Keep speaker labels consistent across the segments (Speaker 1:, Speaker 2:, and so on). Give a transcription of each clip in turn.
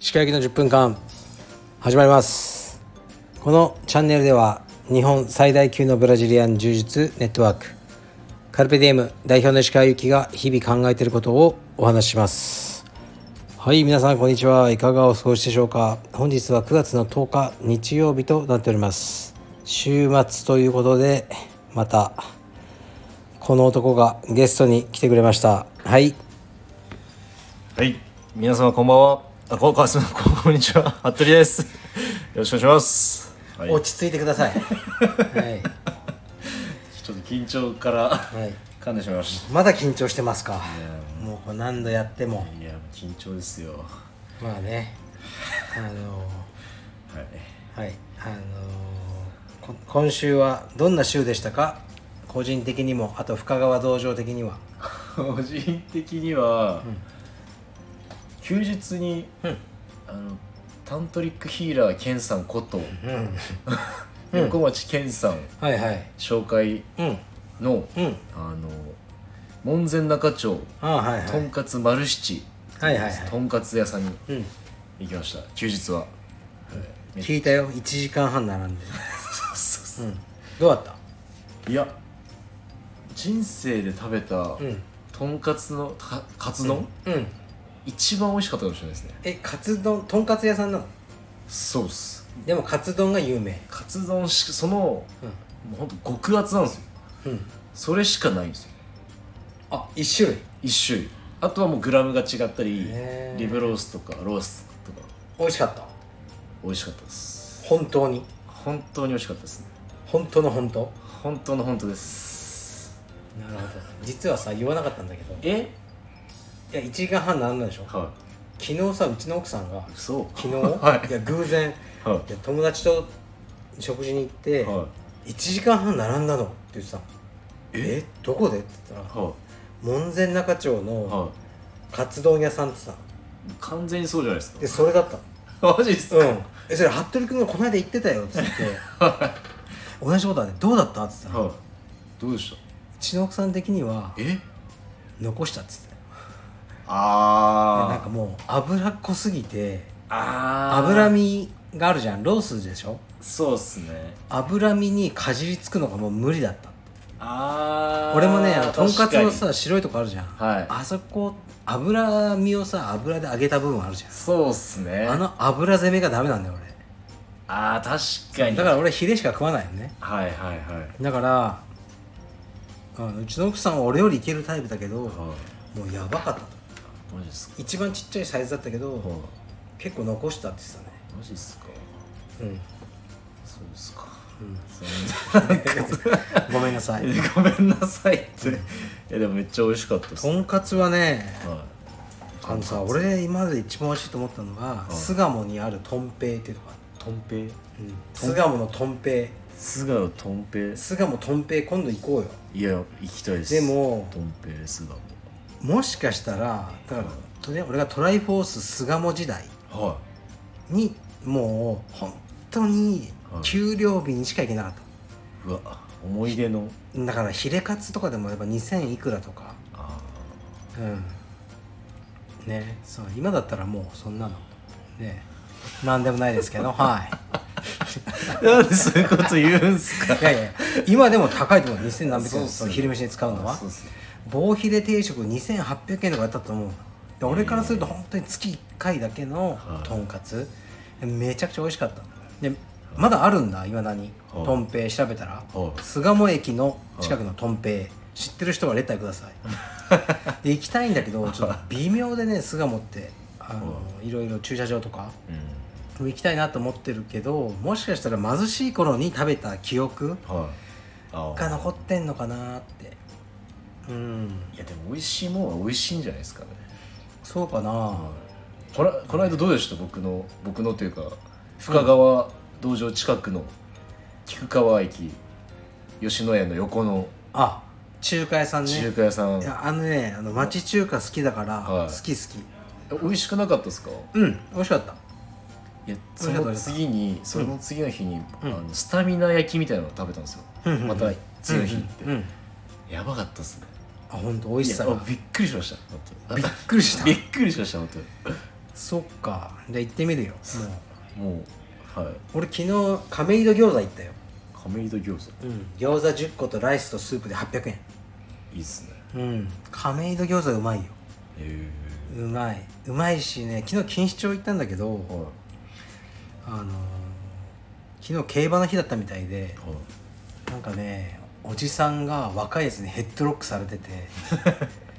Speaker 1: 石川行きの10分間始まりますこのチャンネルでは日本最大級のブラジリアン柔術ネットワークカルペディエム代表の石川行きが日々考えていることをお話ししますはい皆さんこんにちはいかがお過ごしでしょうか本日は9月の10日日曜日となっております週末ということでまたこの男がゲストに来てくれましたはい
Speaker 2: はい、皆様こんばんは。あ、こ、こ、すみませんこんにちは。服部です。よろしくお願いします。はい、ちょっ
Speaker 1: 落ち着いてください はい、
Speaker 2: と緊張から
Speaker 1: はい、
Speaker 2: 噛んでしまいまし
Speaker 1: まだ緊張してますかもうこれ何度やっても
Speaker 2: た。いや、緊張ですよ。は
Speaker 1: まあ ねあの
Speaker 2: い。
Speaker 1: ーはいあのーこ今週はどんな週でしたか個人的にもあと深川道場的には
Speaker 2: 個人的には、休日に、あのタントリックヒーラーケンさんこと、
Speaker 1: うん
Speaker 2: 横町健さん
Speaker 1: はいはい
Speaker 2: 紹介
Speaker 1: うん
Speaker 2: の、
Speaker 1: うん
Speaker 2: あの門前仲町
Speaker 1: ああはいはい
Speaker 2: とんかつ丸七、
Speaker 1: はいはいはい
Speaker 2: とんかつ屋さんに
Speaker 1: うん
Speaker 2: 行きました。休日は。
Speaker 1: 聞いたよ1時間半並んで
Speaker 2: そううん
Speaker 1: どうだった
Speaker 2: いや人生で食べた
Speaker 1: ん
Speaker 2: とんかつのかカツ丼、
Speaker 1: うん
Speaker 2: 一番美味しかったかもしれないですね
Speaker 1: えカツ丼とんかつ屋さんなの
Speaker 2: そうっす
Speaker 1: でもカツ丼が有名
Speaker 2: カツ丼しそのも
Speaker 1: う
Speaker 2: うほんと極厚なんですよ
Speaker 1: んうん
Speaker 2: それしかないんですよ
Speaker 1: あ一種類
Speaker 2: 一種類あとはもうグラムが違ったり
Speaker 1: へー
Speaker 2: リブロースとかロースとか
Speaker 1: 美味しかった
Speaker 2: 美味しかったです
Speaker 1: 本当に
Speaker 2: 本当に美味しかったですね
Speaker 1: 本当の本当
Speaker 2: 本当の本当です
Speaker 1: なるほど実はさ言わなかったんだけどい
Speaker 2: え
Speaker 1: や1時間半並んだでしょ
Speaker 2: は
Speaker 1: 昨日さうちの奥さんが
Speaker 2: いそう
Speaker 1: 昨日、
Speaker 2: はい
Speaker 1: や偶然
Speaker 2: はい
Speaker 1: いや友達と食事に行って、
Speaker 2: はい
Speaker 1: 1時間半並んだのって言ってたのえどこでって言ったら
Speaker 2: は
Speaker 1: 門前仲町
Speaker 2: い
Speaker 1: の
Speaker 2: は
Speaker 1: カツ丼屋さんってさ
Speaker 2: い完全にそうじゃないです
Speaker 1: でそれだったの
Speaker 2: かマジっすか、
Speaker 1: うんえそれ服部君がこの間言ってたよっつって同じことだねどうだったっつったらう
Speaker 2: はいどうでした
Speaker 1: ちの奥さん的には
Speaker 2: え
Speaker 1: 残したっつってたよいやなん
Speaker 2: あ
Speaker 1: かもう脂っこすぎて
Speaker 2: ああ
Speaker 1: 脂身があるじゃんロースでしょ
Speaker 2: そうっすね
Speaker 1: 脂身にかじりつくのがもう無理だった
Speaker 2: ああ
Speaker 1: 俺もねあのとんかつのさ白いとこあるじゃん、
Speaker 2: はい
Speaker 1: あそこ脂身をさ油で揚げた部分あるじゃ
Speaker 2: そうっすね
Speaker 1: んあの油攻めがダメなんだよ
Speaker 2: あー確か
Speaker 1: 俺
Speaker 2: に
Speaker 1: だから俺ヒレしか食わないよね
Speaker 2: はいはいはい
Speaker 1: だからあのうちの奥さんは俺よりいけるタイプだけども
Speaker 2: は
Speaker 1: うやばかったと
Speaker 2: いマジっすか
Speaker 1: 一番ちっちゃいサイズだったけ
Speaker 2: は
Speaker 1: ど
Speaker 2: い
Speaker 1: 結構残したって言って
Speaker 2: マジっすか
Speaker 1: たね
Speaker 2: そうっすか
Speaker 1: うん、
Speaker 2: そんな
Speaker 1: うん、ごめんなさ い
Speaker 2: ごめんなさいっていやでもめっちゃ美味しかったっす
Speaker 1: とんかつはね
Speaker 2: は
Speaker 1: あのさ俺今まで一番美味しいと思ったのが
Speaker 2: うん
Speaker 1: 巣鴨にあるとんぺいっていうとこあ
Speaker 2: いとんぺい
Speaker 1: る巣鴨のとんぺい
Speaker 2: 素顔とんぺ
Speaker 1: 巣鴨とんぺい今度行こうよ
Speaker 2: いいや行きたいです
Speaker 1: でも
Speaker 2: とんぺい素顔
Speaker 1: もしかしたらだからとね俺がトライフォース巣鴨時代
Speaker 2: は
Speaker 1: にもう本当に
Speaker 2: うん
Speaker 1: 給料日にしか行けなかった
Speaker 2: いうわ思い出の
Speaker 1: だからヒレカツとかでもやっぱ2000いくらとか
Speaker 2: あ
Speaker 1: うんねそう今だったらもうそんなのねなんでもないですけ どはい
Speaker 2: あなんでそういうこと言うんすか
Speaker 1: いやいや今でも高いと思う2000何百
Speaker 2: そう
Speaker 1: 円
Speaker 2: っす
Speaker 1: そ
Speaker 2: ね
Speaker 1: の昼飯に使うのは
Speaker 2: そうっすね
Speaker 1: 棒ヒレ定食2800円とかだったと思うで俺からすると本当に月1回だけの
Speaker 2: はい
Speaker 1: とんかつめちゃくちゃ美味しかったでまだあるんだいまだに
Speaker 2: はい
Speaker 1: とんぺい調べたら
Speaker 2: はい
Speaker 1: 巣鴨駅の近くのとんぺい知ってる人はレターくだ さいで行きたいんだけどちょっと微妙でね巣鴨ってあのいろいろ駐車場とか
Speaker 2: うん
Speaker 1: 行きたいなと思ってるけどもしかしたら貧しい頃に食べた記憶
Speaker 2: はいあ
Speaker 1: が残ってんのかなってうん
Speaker 2: いやでも美味しいもんは美味しいんじゃないですかね
Speaker 1: そうかな
Speaker 2: こらこの間どうでした僕の僕のというか深川道場近くの菊川駅吉野家の横の
Speaker 1: あ中華屋さん
Speaker 2: 中
Speaker 1: ね
Speaker 2: 華屋さん、
Speaker 1: いやあのねあの町中華好きだから、
Speaker 2: はい
Speaker 1: 好き好き
Speaker 2: 美味しくなかったですか
Speaker 1: うん美味しかった
Speaker 2: いやその次にその次の日に、
Speaker 1: うん
Speaker 2: あのスタミナ焼きみたいなのを食べたんですよ、
Speaker 1: うんうんうん
Speaker 2: また次の日って、
Speaker 1: うんうん、
Speaker 2: やばかったっすね
Speaker 1: あ本当美味しさ
Speaker 2: いや
Speaker 1: が
Speaker 2: びっくりしました本当に
Speaker 1: びっくりし
Speaker 2: びったくりしました本当に
Speaker 1: そっかじゃあ行ってみるよもう
Speaker 2: もうはい
Speaker 1: 俺昨日亀戸餃子行ったよ、
Speaker 2: 亀戸餃子
Speaker 1: うん、餃子10個とライスとスープで800円
Speaker 2: いいっすね
Speaker 1: うん亀戸餃子うまいよ
Speaker 2: え
Speaker 1: うまいうまいしね昨日錦糸町行ったんだけど
Speaker 2: えはいは
Speaker 1: あのー昨日競馬の日だったみたいで
Speaker 2: い
Speaker 1: なんかねおじさんが若いやつにヘッドロックされて て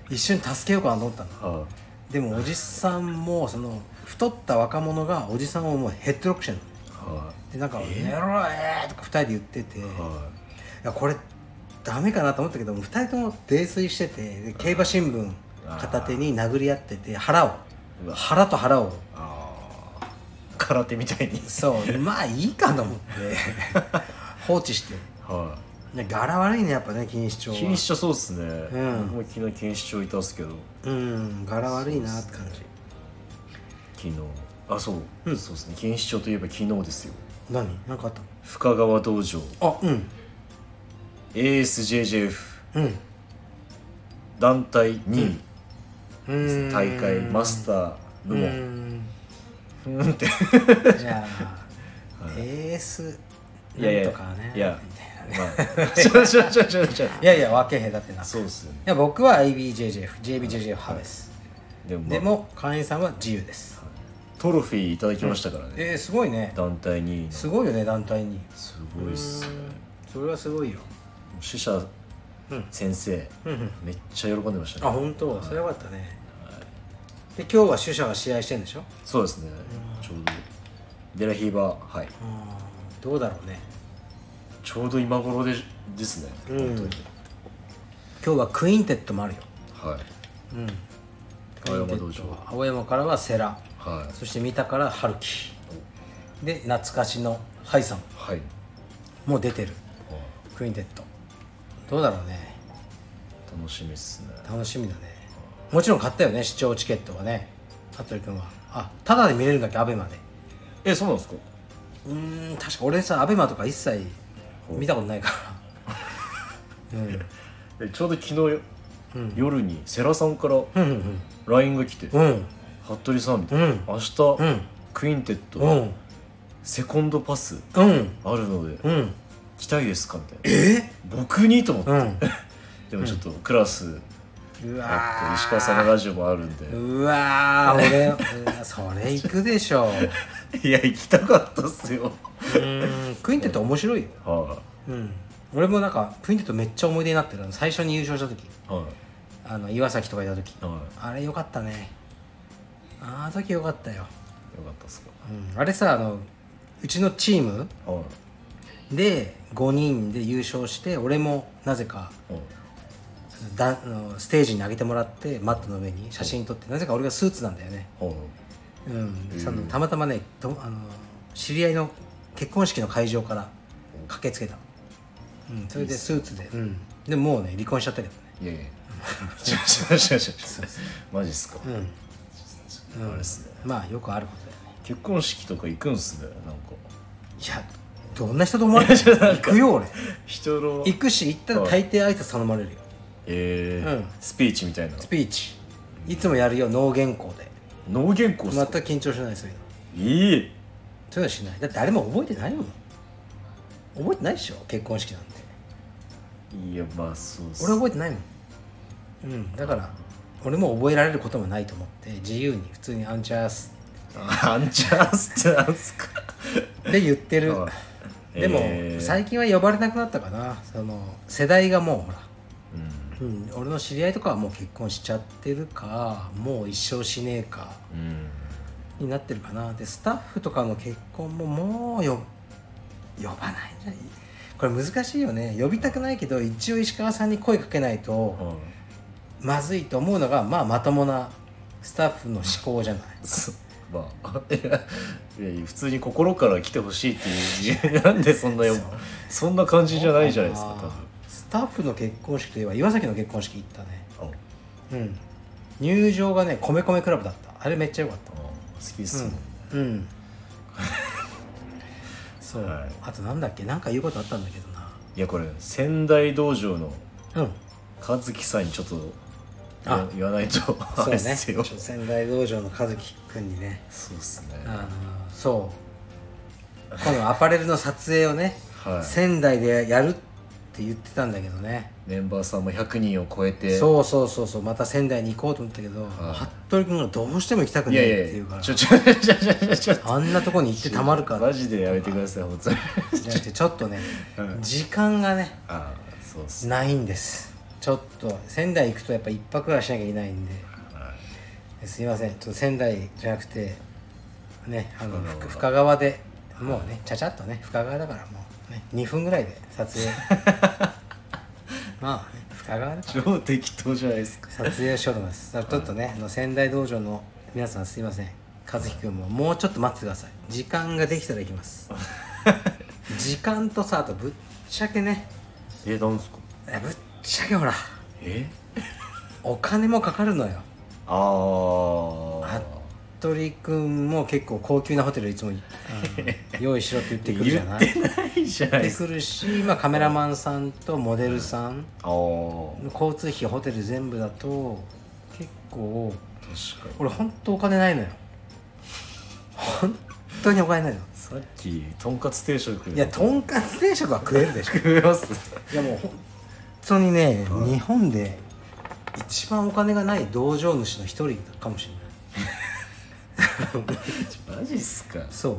Speaker 1: 一瞬助けようかなと思ったの
Speaker 2: は
Speaker 1: でもおじさんもその太った若者がおじさんをもうヘッドロックしてんの
Speaker 2: いは
Speaker 1: でなんか「やろうえー!」とか2人で言ってて、
Speaker 2: いはい
Speaker 1: やこれダメかなと思ったけども2人とも泥酔しててで競馬新聞片手に殴り合ってて腹を
Speaker 2: うわ
Speaker 1: 腹と腹を
Speaker 2: ああ空手みたいに
Speaker 1: そうまあいいかと思って放置して
Speaker 2: は
Speaker 1: で柄悪いねやっぱね錦糸
Speaker 2: い
Speaker 1: 町
Speaker 2: 錦
Speaker 1: は
Speaker 2: 糸町そうっすね、
Speaker 1: ん
Speaker 2: 僕も昨日錦糸町いたっすけど
Speaker 1: うん柄悪いなって感じ
Speaker 2: 昨日あそう、そうっすね錦糸町といえば昨日ですよ
Speaker 1: 何何かあった
Speaker 2: 深川道場
Speaker 1: あうん
Speaker 2: ASJJF
Speaker 1: うん
Speaker 2: 団体2
Speaker 1: う
Speaker 2: 位
Speaker 1: ーん
Speaker 2: 大会マスター部
Speaker 1: う
Speaker 2: 門
Speaker 1: ーん
Speaker 2: ふーんって
Speaker 1: じゃあ、AS
Speaker 2: いやい
Speaker 1: な
Speaker 2: や
Speaker 1: んとかね
Speaker 2: いや
Speaker 1: みたいな
Speaker 2: まあ ちょちょちょちょちょ
Speaker 1: いやいや分け隔てなくい
Speaker 2: そうっすよね
Speaker 1: や僕は IBJJF、JBJJF 派です、
Speaker 2: でも,、まあ、
Speaker 1: でも会員さんは自由です、
Speaker 2: トロフィーいただきましたからね、
Speaker 1: えー、すごいね
Speaker 2: 団体2位の
Speaker 1: すごいよね団体に
Speaker 2: すごいっすね
Speaker 1: それはすごいよ
Speaker 2: 死者先生、めっちゃ喜んでました
Speaker 1: あ
Speaker 2: ね
Speaker 1: 本当、それはよかったね、で今日は主者が試合してんでしょ
Speaker 2: そうですねちょうどデラヒーバーはい
Speaker 1: うんどうだろうね
Speaker 2: ちょうど今頃でですね、本当に
Speaker 1: 今日はクインテットもあるよ
Speaker 2: は
Speaker 1: う
Speaker 2: い
Speaker 1: ん
Speaker 2: 青山道場
Speaker 1: 青山からは世良
Speaker 2: はい
Speaker 1: そして三田から春樹で懐かしのハイさん
Speaker 2: はい、はい
Speaker 1: もう出てるクインテットどうだろうね
Speaker 2: 楽しみっすね
Speaker 1: 楽しみだねもちろん買ったよね視聴チケットはね服部君はあただで見れるんだっけアベマで
Speaker 2: えそうなんですか
Speaker 1: うーん確か俺さアベマとか一切見たことないからうん
Speaker 2: えちょうど昨日、夜に世良さんから
Speaker 1: うん
Speaker 2: LINE が来て、
Speaker 1: うん
Speaker 2: 服部さんみたいな、
Speaker 1: うん
Speaker 2: 明日、
Speaker 1: ん
Speaker 2: クインテッ
Speaker 1: う
Speaker 2: ト、
Speaker 1: ん
Speaker 2: セコンドパス
Speaker 1: うん
Speaker 2: あるので、
Speaker 1: うん
Speaker 2: 来たいですかみたいな
Speaker 1: え
Speaker 2: 僕にと思って、
Speaker 1: うん
Speaker 2: でもちょっとクラス
Speaker 1: う
Speaker 2: あっ
Speaker 1: わ
Speaker 2: て
Speaker 1: ー
Speaker 2: 石川さんのラジオもあるんで
Speaker 1: うわー俺 うわそれ行くでしょ
Speaker 2: いや行きたかったっすよ
Speaker 1: うんクインテット面白いよ
Speaker 2: は
Speaker 1: うん俺もなんかクインテットめっちゃ思い出になってるあの最初に優勝した時
Speaker 2: いは
Speaker 1: あの岩崎とかいた時
Speaker 2: いはいよ
Speaker 1: あれよかったねあの時よかったよ、
Speaker 2: かったっすか
Speaker 1: うん、あれさあのうちのチーム
Speaker 2: はい
Speaker 1: で5人で優勝して俺もなぜか
Speaker 2: はい
Speaker 1: だあのステージに上げてもらってマットの上に写真撮ってなぜか俺がスーツなんだよね、
Speaker 2: はい
Speaker 1: うん、そのたまたまねとあの知り合いの結婚式の会場から駆けつけたの、うん、それでスーツで、うん、でももうね離婚しちゃったけどね
Speaker 2: いやいやちょちょちょちょちょマジっすか、あれっすね
Speaker 1: まあよくあることだよね
Speaker 2: 結婚式とか行くんすねなんか
Speaker 1: いやど んな人と思われてる行くよ俺
Speaker 2: 人の
Speaker 1: 行くし行ったら大抵挨拶頼まれるよ
Speaker 2: えー
Speaker 1: うん
Speaker 2: スピーチみたいな
Speaker 1: スピーチいつもやるよ脳原稿で
Speaker 2: 脳原稿っす
Speaker 1: 全
Speaker 2: か
Speaker 1: く緊張しないそういうの
Speaker 2: いい
Speaker 1: そういうのしないだって誰も覚えてないもん覚えてないでしょ結婚式なんて
Speaker 2: いやまあそうっす
Speaker 1: 俺覚えてないもんうんだから俺も覚えられることもないと思って自由に普通に「アンチャース
Speaker 2: アンチャースってなんすか」
Speaker 1: で言ってる
Speaker 2: はい
Speaker 1: でも、
Speaker 2: えー
Speaker 1: 最近は呼ばれなくなったかなその世代がもうほら
Speaker 2: うん
Speaker 1: うん、俺の知り合いとかはもう結婚しちゃってるかもう一生しねえか
Speaker 2: うん
Speaker 1: になってるかなでスタッフとかの結婚ももうよ呼ばないんじゃないこれ難しいよね呼びたくないけど一応石川さんに声かけないと
Speaker 2: は
Speaker 1: まずいと思うのが、まあ、まともなスタッフの思考じゃない
Speaker 2: いそまあいやいや普通に心から来てほしいっていうなんでそんなよそんな感じじゃないじゃないですか
Speaker 1: あースタッフの結婚式といえば岩崎の結婚式行ったね
Speaker 2: 多分あ
Speaker 1: うん入場がね米米クラブだったあれめっちゃ良かった
Speaker 2: あ好きっすもんね、
Speaker 1: うん。 そう、
Speaker 2: はい
Speaker 1: あとなんだっけ、なんか言うことあったんだけどな。
Speaker 2: いやこれ仙台道場の
Speaker 1: うん。
Speaker 2: 和樹さんにちょっと
Speaker 1: あ
Speaker 2: 言わないとあ
Speaker 1: そう
Speaker 2: れ
Speaker 1: ね
Speaker 2: っすよそう
Speaker 1: 仙台道場の和樹君にね
Speaker 2: っすね
Speaker 1: あのそうこのアパレルの撮影をね、
Speaker 2: はい
Speaker 1: 仙台でやるって言ってたんだけどね
Speaker 2: メンバーさんも100人を超えて
Speaker 1: そうそうそうそうまた仙台に行こうと思ったけど、服部君がどうしても行きたく
Speaker 2: い
Speaker 1: ね
Speaker 2: や
Speaker 1: えって
Speaker 2: い
Speaker 1: 言うか
Speaker 2: や
Speaker 1: ら
Speaker 2: ちょちょちょちょちょちょ
Speaker 1: あんなとこに行ってたまるか
Speaker 2: マジでやめてください本当に
Speaker 1: じゃなくてちょっとね、時間がね
Speaker 2: ああそうっす
Speaker 1: ないんですちょっと仙台行くとやっぱ一泊はしなきゃいけないんで
Speaker 2: は
Speaker 1: すいませんちょっと仙台じゃなくてねあのふ深川でもうねちゃちゃっとね深川だからもう、ね、2分ぐらいで撮 影まあ、ね、深川だか
Speaker 2: い超適当じゃないですから
Speaker 1: 撮影をしようと思いますだからちょっとね、あの仙台道場の皆さんすいません和樹君ももうちょっと待っててください時間ができたら行きます 時間とさあとぶっちゃけね
Speaker 2: えなんすか
Speaker 1: いやぶっちゃけほら
Speaker 2: え
Speaker 1: お金もかかるのよ
Speaker 2: ああ
Speaker 1: 服部君も結構高級なホテルいつ もあの用意しろって言ってくるじゃない
Speaker 2: 言ってないじゃないで
Speaker 1: 言っ
Speaker 2: す
Speaker 1: て
Speaker 2: か
Speaker 1: くるし、まあ、カメラマンさんとモデルさん
Speaker 2: ああ
Speaker 1: 交通費ホテル全部だと結構
Speaker 2: 確かに
Speaker 1: 俺ほんとお金ないのよ本当にお金ないの
Speaker 2: さっきとんかつ定食
Speaker 1: いやとんかつ定食は食えるでしょ
Speaker 2: 食えます
Speaker 1: いやもう本当にね、日本で一番お金がない道場主の一人かもしれない
Speaker 2: マジっすか
Speaker 1: そう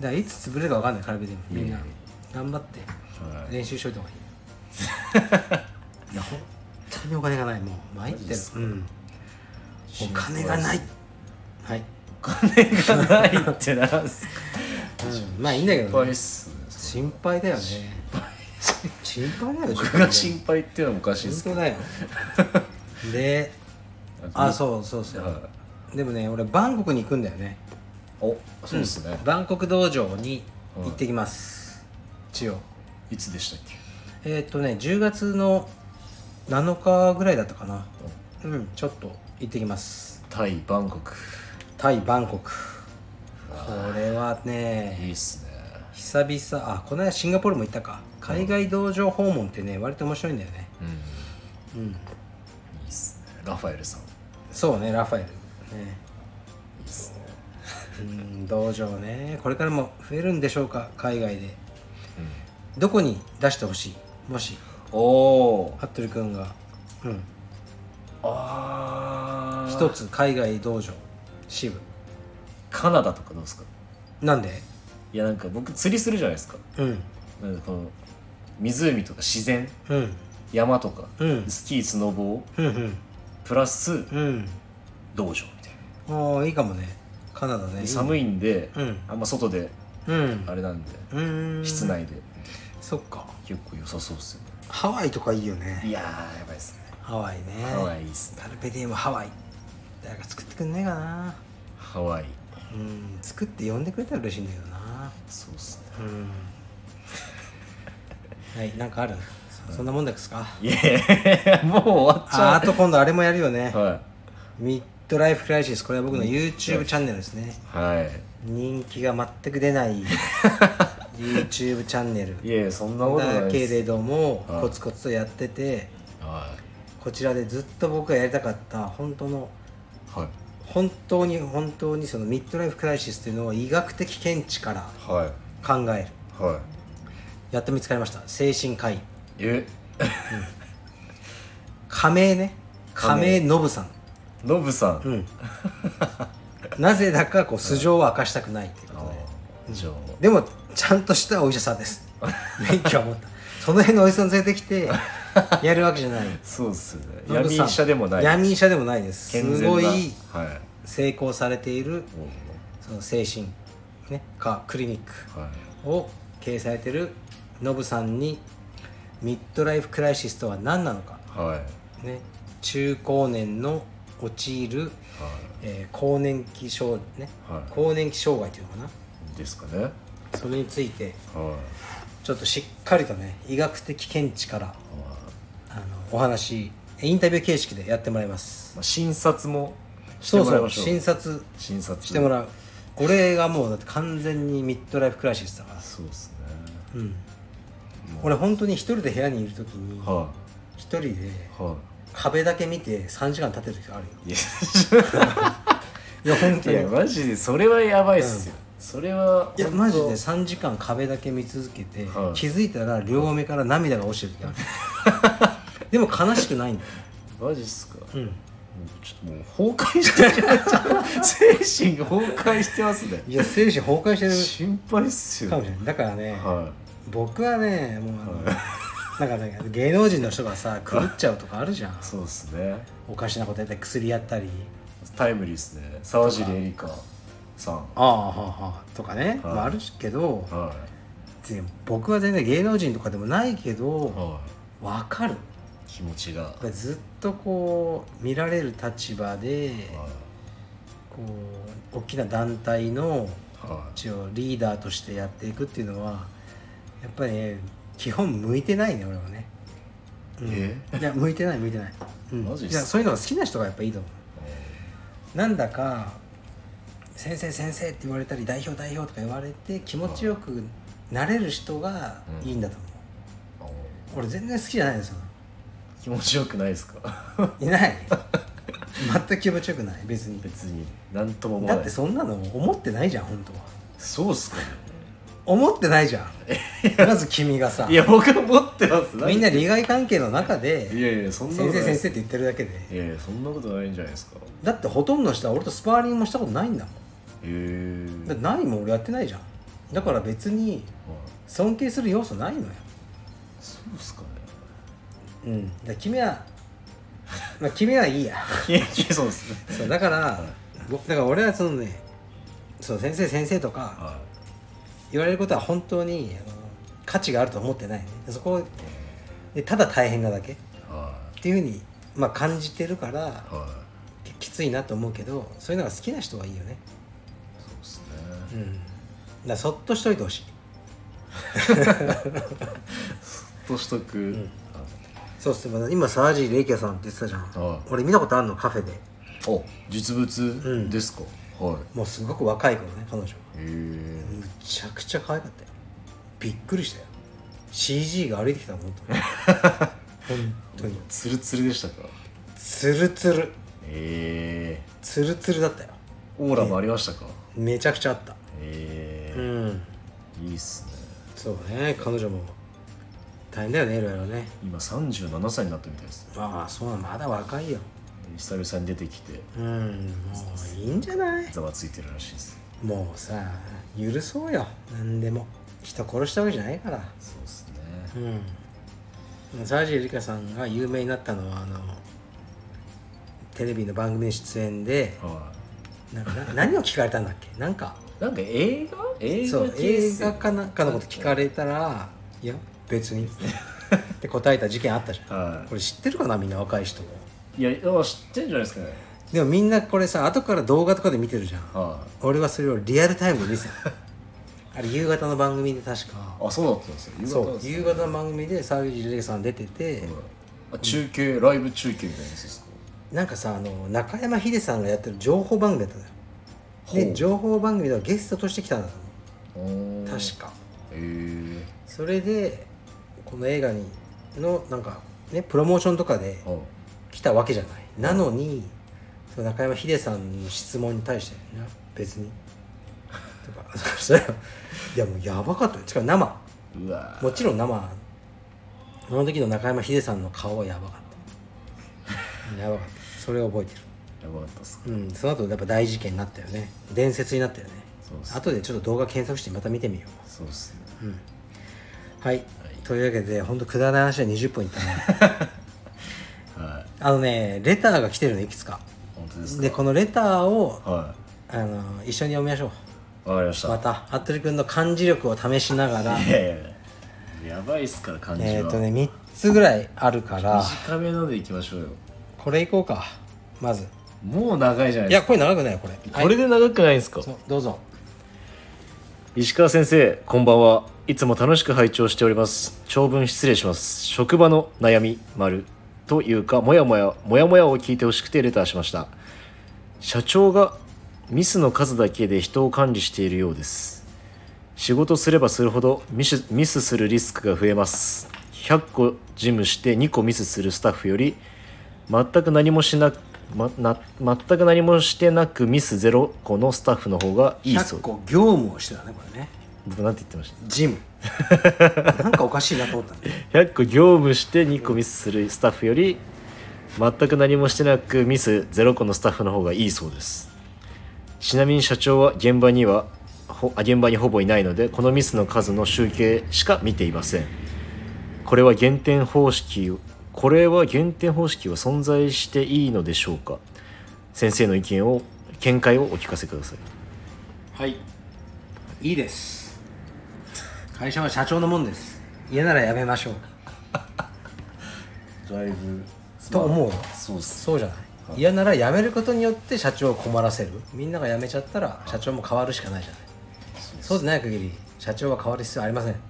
Speaker 1: だからいつ潰れるか分かんないカルビでもみんな
Speaker 2: うん
Speaker 1: 頑張って
Speaker 2: はい
Speaker 1: 練習しといた方がいいいや本当にお金がないもう参って
Speaker 2: マジっ
Speaker 1: る
Speaker 2: す
Speaker 1: うんお金がないはい、
Speaker 2: お金がないってなんすか
Speaker 1: うん、まあいいんだけ
Speaker 2: 心
Speaker 1: ど、
Speaker 2: 配
Speaker 1: ね
Speaker 2: っ、すね
Speaker 1: 心配だよね心配だよ
Speaker 2: 僕が心配っていうのはおかしいです
Speaker 1: 心配だよであそうそうそう、
Speaker 2: は
Speaker 1: でもね俺バンコクに行くんだよね
Speaker 2: おそうですね、
Speaker 1: バンコク道場に行ってきます、一応
Speaker 2: いつでしたっけ
Speaker 1: えーっ、とね10月の7日ぐらいだったかなうんちょっと行ってきます
Speaker 2: タイバンコク
Speaker 1: タイバンコクこれはね
Speaker 2: いいっすね
Speaker 1: 久々あこの間シンガポールも行ったか海外道場訪問ってね割と面白いんだよね
Speaker 2: うん
Speaker 1: うん
Speaker 2: いいっすねラファエルさんい
Speaker 1: そうねラファエルね
Speaker 2: いっす
Speaker 1: う
Speaker 2: ね
Speaker 1: ん道場ねこれからも増えるんでしょうか海外で
Speaker 2: うん
Speaker 1: どこに出してほしいもし
Speaker 2: おお
Speaker 1: 服部君がうん
Speaker 2: ああ
Speaker 1: 一つ海外道場支部
Speaker 2: カナダとかどうですか
Speaker 1: なんで
Speaker 2: いやなんか僕釣りするじゃないですか
Speaker 1: うん
Speaker 2: なんかこの湖とか自然
Speaker 1: うん
Speaker 2: 山とか、
Speaker 1: うん
Speaker 2: スキースノボ
Speaker 1: う
Speaker 2: ー
Speaker 1: ん
Speaker 2: プラス
Speaker 1: うん
Speaker 2: 道場みたい
Speaker 1: うんああいいかもねカナダね
Speaker 2: な寒いんで、
Speaker 1: うん
Speaker 2: あんま外で
Speaker 1: うん
Speaker 2: あれなんで、
Speaker 1: うーん
Speaker 2: 室内で
Speaker 1: そっか
Speaker 2: 結構良さそうっすよね
Speaker 1: ハワイとかいいよね
Speaker 2: いやーやばいっすね
Speaker 1: ハワイね
Speaker 2: ハワイいいっすね
Speaker 1: カルペディウムハワイ誰か作ってくんねえかな
Speaker 2: ハワイ
Speaker 1: うん作って呼んでくれたら嬉しいんだけどな
Speaker 2: そうっす
Speaker 1: う
Speaker 2: ね
Speaker 1: んはいなんかあるそそんなもんですか
Speaker 2: いやもう終わっち
Speaker 1: ああ
Speaker 2: ゃ
Speaker 1: と今度あれもやるよね
Speaker 2: うは
Speaker 1: ミッドライフクライシスこれは僕の YouTube チャンネルですね
Speaker 2: いはい
Speaker 1: 人気が全く出ない YouTube チャンネル
Speaker 2: いやいやそんなことない
Speaker 1: だ
Speaker 2: っす
Speaker 1: けれども
Speaker 2: はい
Speaker 1: コツコツとやってて
Speaker 2: は
Speaker 1: こちらでずっと僕がやりたかった本当の
Speaker 2: いはい
Speaker 1: 本当に本当にそのミッドライフクライシスというのを医学的見地から
Speaker 2: はい
Speaker 1: 考える
Speaker 2: はい
Speaker 1: やっと見つかりました精神科医
Speaker 2: え
Speaker 1: 亀井ね亀井信さん
Speaker 2: ノブさん、
Speaker 1: うん なぜだかこう素性を明かしたくないということ
Speaker 2: あ
Speaker 1: で
Speaker 2: ーじゃあ
Speaker 1: でもちゃんとしたお医者さんです 免許は持ったその辺のお医者さん連れてきてやるわけじゃない
Speaker 2: そうっすね
Speaker 1: ノブ
Speaker 2: 闇
Speaker 1: さん
Speaker 2: 医者でもない
Speaker 1: 闇医者でもないです
Speaker 2: 健
Speaker 1: す
Speaker 2: 全な
Speaker 1: ごい
Speaker 2: はい
Speaker 1: 成功されている
Speaker 2: おう
Speaker 1: その精神、ね、科クリニック
Speaker 2: はい
Speaker 1: を経営されているノブさんにミッドライフクライシスとは何なのか、
Speaker 2: はいはい
Speaker 1: ね、中高年の陥る、えー更年期障、ね
Speaker 2: はい
Speaker 1: 更年期障害というのか
Speaker 2: ですかね
Speaker 1: なそれについて
Speaker 2: はい
Speaker 1: ちょっとしっかりとね医学的見地から
Speaker 2: はい
Speaker 1: あのお話インタビュー形式でやってもらいます
Speaker 2: まあ、診察もして
Speaker 1: そう
Speaker 2: もらい
Speaker 1: そ
Speaker 2: ま
Speaker 1: う
Speaker 2: しょう
Speaker 1: 診察
Speaker 2: 診察
Speaker 1: してもらう、俺がもうだって完全にミッドライフクライシスだから
Speaker 2: そうですね
Speaker 1: うん
Speaker 2: もう
Speaker 1: 俺本当に一人で部屋にいる時に
Speaker 2: は
Speaker 1: 一人で
Speaker 2: いは
Speaker 1: 壁だけ見て3時間経ってる時あるよ
Speaker 2: いや
Speaker 1: いや本当
Speaker 2: い
Speaker 1: に
Speaker 2: やマジでそれはやばいっすよ、それはい
Speaker 1: やマジで3時間壁だけ見続けて、
Speaker 2: はい
Speaker 1: 気づいたら両目から涙が落ちてる時ある でも悲しくないんだよ
Speaker 2: マジっすか、
Speaker 1: うん
Speaker 2: ちょっともう崩壊してるじゃないですか精神が崩壊してますね
Speaker 1: いや精神崩壊して
Speaker 2: 心配っす
Speaker 1: る
Speaker 2: よ
Speaker 1: かもしれ
Speaker 2: ね
Speaker 1: ないだからね、
Speaker 2: は
Speaker 1: 僕はねもうあの、なんかね芸能人の人がさ狂っちゃうとかあるじゃん
Speaker 2: いそうっすね
Speaker 1: おかしなことやったり薬やったり
Speaker 2: タイムリーっすね沢尻エリカさん
Speaker 1: ああはあはあとかね、
Speaker 2: はい
Speaker 1: まあ、あるけど
Speaker 2: は
Speaker 1: でも僕は全然芸能人とかでもないけ
Speaker 2: い
Speaker 1: ど
Speaker 2: は
Speaker 1: わかる
Speaker 2: い気持ちが、は
Speaker 1: やっぱりずっとこう見られる立場で
Speaker 2: い
Speaker 1: こう大きな団体の
Speaker 2: は
Speaker 1: 一応リーダーとしてやっていくっていうのはやっぱりね基本向いてないね俺はね、
Speaker 2: い、
Speaker 1: うん
Speaker 2: え
Speaker 1: いや向いてない向いてない、うん、
Speaker 2: マジっ
Speaker 1: い
Speaker 2: すか
Speaker 1: やそういうのが好きな人がやっぱいいと思うなんだか「先生先生」って言われたり「代表代表」とか言われて気持ちよくなれる人がいいんだと思
Speaker 2: あの
Speaker 1: う、俺全然好きじゃないんですよ
Speaker 2: 気持ちよくないですか
Speaker 1: いない全く気持ちよくない別に
Speaker 2: 別に何とも思わ
Speaker 1: だ
Speaker 2: な
Speaker 1: っ
Speaker 2: い
Speaker 1: てそんなの思ってないじゃん本当は
Speaker 2: そうっすかね
Speaker 1: 思ってないじゃんまず君がさ
Speaker 2: いや僕は持ってます
Speaker 1: みんな利害関係の中
Speaker 2: い
Speaker 1: で
Speaker 2: やいやそんなこ
Speaker 1: 先
Speaker 2: と
Speaker 1: 生
Speaker 2: な
Speaker 1: 先
Speaker 2: い
Speaker 1: 生って言ってるだけで
Speaker 2: いやいやそんなことないんじゃないですか
Speaker 1: だってほとんどの人は俺とスパーリングもしたことないんだもん
Speaker 2: へえ
Speaker 1: だって何も俺やってないじゃんだから別に尊敬する要素ないのよ
Speaker 2: そうっすかね
Speaker 1: うんだから君は、 まあ、君はいい や
Speaker 2: いやいやそうっすね
Speaker 1: そうだからぼだから俺はそのねそう先生先生とか
Speaker 2: は
Speaker 1: 言われることは本当にあの価値があると思ってないねそこでただ大変なだけ
Speaker 2: いは
Speaker 1: っていうふうに、まあ、感じてるから
Speaker 2: いは
Speaker 1: ききついなと思うけどそういうのが好きな人はいいよね
Speaker 2: いそうっす
Speaker 1: う
Speaker 2: ね
Speaker 1: んだからそっとしといてほしい
Speaker 2: としとく、あ
Speaker 1: そうっすね今沢尻レイキャさんって言ってたじゃん、
Speaker 2: はい
Speaker 1: 俺見たことあるのカフェで
Speaker 2: お実物ですか、はい
Speaker 1: もうすごく若い頃ね彼女
Speaker 2: へえ
Speaker 1: むちゃくちゃ可愛かったよびっくりしたよ CG が歩いてきたもん本 当に本当に
Speaker 2: ツルツルでしたか
Speaker 1: ツルツル
Speaker 2: へえ
Speaker 1: ツルツルだったよ
Speaker 2: オーラもありましたか
Speaker 1: めちゃくちゃあった
Speaker 2: へ
Speaker 1: う
Speaker 2: え
Speaker 1: ん
Speaker 2: いいっすね
Speaker 1: そうね彼女も大変だよねいろいろね
Speaker 2: 今37歳になったみたいですね
Speaker 1: ああそうなのまだ若いよ
Speaker 2: で久々に出てきて
Speaker 1: うんもういいんじゃない
Speaker 2: ざわついてるらしいです
Speaker 1: もうさ許そうよ何でも人殺したわけじゃないから
Speaker 2: そうっすね
Speaker 1: うん沢尻エリカさんが有名になったのはあのテレビの番組の出演で
Speaker 2: は
Speaker 1: なんかな 何を聞かれたんだっけなんか
Speaker 2: いなんか映画映画
Speaker 1: そう
Speaker 2: 系っ
Speaker 1: 映
Speaker 2: す
Speaker 1: 画
Speaker 2: よ
Speaker 1: かなんかのこと聞かれたら「いや別 に」って答えた事件あったじゃん、
Speaker 2: はい
Speaker 1: これ知ってるかなみんな若い人も
Speaker 2: いやあ知ってんじゃないですかね
Speaker 1: でもみんなこれさ後から動画とかで見てるじゃん
Speaker 2: は
Speaker 1: 俺はそれをリアルタイムで見せたあれ夕方の番組で確か
Speaker 2: いあそうだったんですよ夕
Speaker 1: そ
Speaker 2: 方
Speaker 1: う
Speaker 2: ですね
Speaker 1: 夕方の番組で沢口玲さん出てて、
Speaker 2: あ中継、ライブ中継みたいなやつですか
Speaker 1: なんかさあの中山秀さんがやってる情報番組だったのよ
Speaker 2: ほ
Speaker 1: で
Speaker 2: う
Speaker 1: 情報番組のゲストとして来たんだと
Speaker 2: おー
Speaker 1: 思う確か
Speaker 2: へえ
Speaker 1: それでこの映画にのなんかねプロモーションとかで
Speaker 2: はい
Speaker 1: 来たわけじゃないなのにその中山秀さんの質問に対して「いや別に」とか それいやもうやばかったよしかも生
Speaker 2: うわ
Speaker 1: もちろん生あの時の中山秀さんの顔はやばかった やばかったそれを覚えて
Speaker 2: やばかったっすか
Speaker 1: るうんその後やっぱ大事件になったよね伝説になったよね
Speaker 2: そうっす
Speaker 1: 後でちょっと動画検索してまた見てみよ
Speaker 2: そうっすね
Speaker 1: ううんはい、というわけで本当くだらない話は20分いったね
Speaker 2: はい
Speaker 1: あのねレターが来てるのいくつか
Speaker 2: 本当ですか
Speaker 1: でこのレターを
Speaker 2: は
Speaker 1: あの一緒に読みましょう
Speaker 2: いわかりました、
Speaker 1: また服部君の漢字力を試し ながら
Speaker 2: いやいやいややばいっすから感じは、
Speaker 1: えっとね3つぐらいあるから
Speaker 2: 短めのでいきましょうよ
Speaker 1: これいこうかまず
Speaker 2: もう長いじゃな
Speaker 1: い
Speaker 2: いで
Speaker 1: や
Speaker 2: すか
Speaker 1: これ長くないよこれ
Speaker 2: これで長くないですか、
Speaker 1: そうどうぞ
Speaker 2: 石川先生こんばんはいつも楽しく拝聴しております長文失礼します職場の悩み丸というかモヤモヤモヤモヤを聞いてほしくてレターしました社長がミスの数だけで人を管理しているようです仕事すればするほどミスミスするリスクが増えます100個事務して2個ミスするスタッフより全く何もしなまな全く何もしてなくミスゼロ個のスタッフの方がいいそ
Speaker 1: 100
Speaker 2: う
Speaker 1: 個業務をしてたねこれね
Speaker 2: 僕なんて言ってまし
Speaker 1: ジム なんかおかしいなと思ったんだよ
Speaker 2: た100個業務して2個ミスするスタッフより全く何もしてなくミスゼロ個のスタッフの方がいいそうですちなみに社長は現場にはほあ現場にほぼいないのでこのミスの数の集計しか見ていませんこれは減点方式をこれは減点方式は存在していいのでしょうか先生の意見を見解をお聞かせください
Speaker 1: はいいいです会社は社長のもんです嫌ならやめましょう
Speaker 2: だいぶ
Speaker 1: と思うよ
Speaker 2: そうっす
Speaker 1: そうじゃない嫌なら辞めることによって社長を困らせるみんなが辞めちゃったら社長も変わるしかないじゃないそうでない限り社長は変わる必要ありません
Speaker 2: なる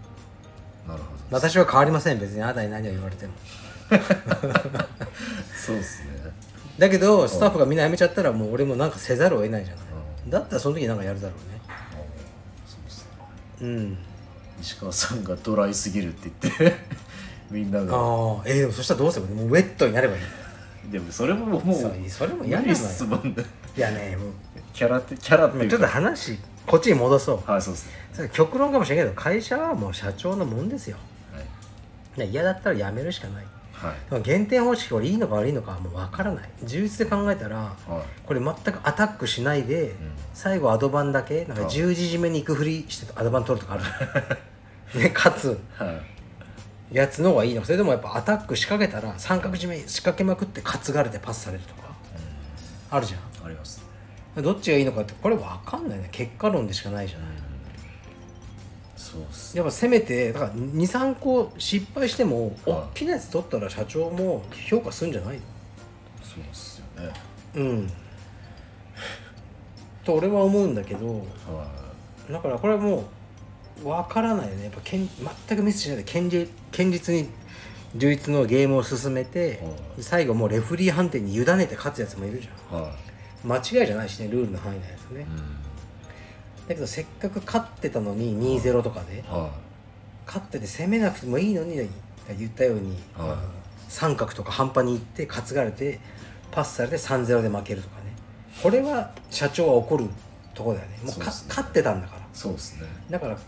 Speaker 2: ほど
Speaker 1: 私は変わりません別にあなたに何を言われても
Speaker 2: そうですね
Speaker 1: だけどスタッフがみんな辞めちゃったらもう俺もなんかせざるを得ないじゃないだったらその時なんかやるだろうねうん
Speaker 2: 石川さんがドライすぎるって言って みんなが
Speaker 1: ああえーでもそしたらどうすればいいのもうウェットになればいい
Speaker 2: でもそれもも
Speaker 1: そうれそれも
Speaker 2: 無
Speaker 1: 嫌なの
Speaker 2: 理っ
Speaker 1: よ
Speaker 2: すもんね
Speaker 1: いやねも
Speaker 2: キャラってキャラって
Speaker 1: う
Speaker 2: いう
Speaker 1: ちょっと
Speaker 2: か
Speaker 1: 話こっちに戻そう
Speaker 2: はいそうですね
Speaker 1: それ極論かもしれないけど会社はもう社長のもんですよ
Speaker 2: はい
Speaker 1: ね嫌だったら辞めるしかない
Speaker 2: はい
Speaker 1: でも減点方式これいいのか悪いのかはもう分からない充実で考えたら
Speaker 2: はい
Speaker 1: これ全くアタックしないで、最後アドバンだけなんか
Speaker 2: はい
Speaker 1: 十字締めに行くふりしてアドバン取るとかあ るね勝つ
Speaker 2: はい
Speaker 1: やつの方がいいのかそれでもやっぱアタック仕掛けたら三角締め仕掛けまくって担がれてパスされるとかあるじゃ
Speaker 2: あります
Speaker 1: んどっちがいいのかってこれ分かんないね結果論でしかないじゃない
Speaker 2: そうっす
Speaker 1: やっぱせめてだから23個失敗しても
Speaker 2: はい
Speaker 1: 大きなやつ取ったら社長も評価するんじゃないの
Speaker 2: そうっすよね
Speaker 1: うんと俺は思うんだけど
Speaker 2: は
Speaker 1: だからこれはもう分からないよねやっぱけん全くミスしないで堅実堅実に充実のゲームを進めて
Speaker 2: はい
Speaker 1: 最後もうレフェリー判定に委ねて勝つやつもいるじゃん
Speaker 2: いは
Speaker 1: 間違いじゃないしねルールの範囲内ですね
Speaker 2: いうん
Speaker 1: だけどせっかく勝ってたのに2-0とかで
Speaker 2: は
Speaker 1: 勝ってて攻めなくてもいいのに言ったように、
Speaker 2: はい
Speaker 1: あの三角とか半端にいって担がれてパスされて3-0で負けるとかねこれは社長は怒るとこだよねもう
Speaker 2: そう
Speaker 1: か
Speaker 2: ですね
Speaker 1: 勝ってたんだから
Speaker 2: いそうっすね
Speaker 1: だから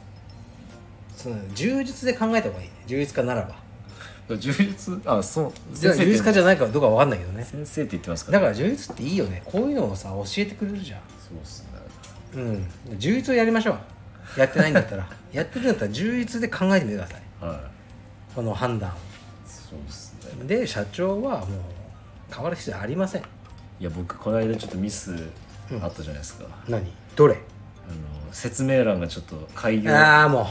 Speaker 1: その柔術で考えた方がいいね柔術家ならば
Speaker 2: 充実あそう
Speaker 1: じゃあ
Speaker 2: って
Speaker 1: 柔術家じゃないかどうかわかんないけどね
Speaker 2: 先生って言ってますか
Speaker 1: だ
Speaker 2: ら
Speaker 1: から柔術っていいよねこういうのをさ教えてくれるじゃん
Speaker 2: そうっすね
Speaker 1: うん柔術をやりましょうやってないんだったら やってるんだったら柔術で考えてみてください
Speaker 2: は
Speaker 1: この判断
Speaker 2: いそうっすね
Speaker 1: をで社長はもう変わる必要ありません
Speaker 2: いや僕この間ちょっとミスあったじゃないですか、
Speaker 1: 何どれ
Speaker 2: あの説明欄がちょっと開業
Speaker 1: あ
Speaker 2: あ
Speaker 1: あも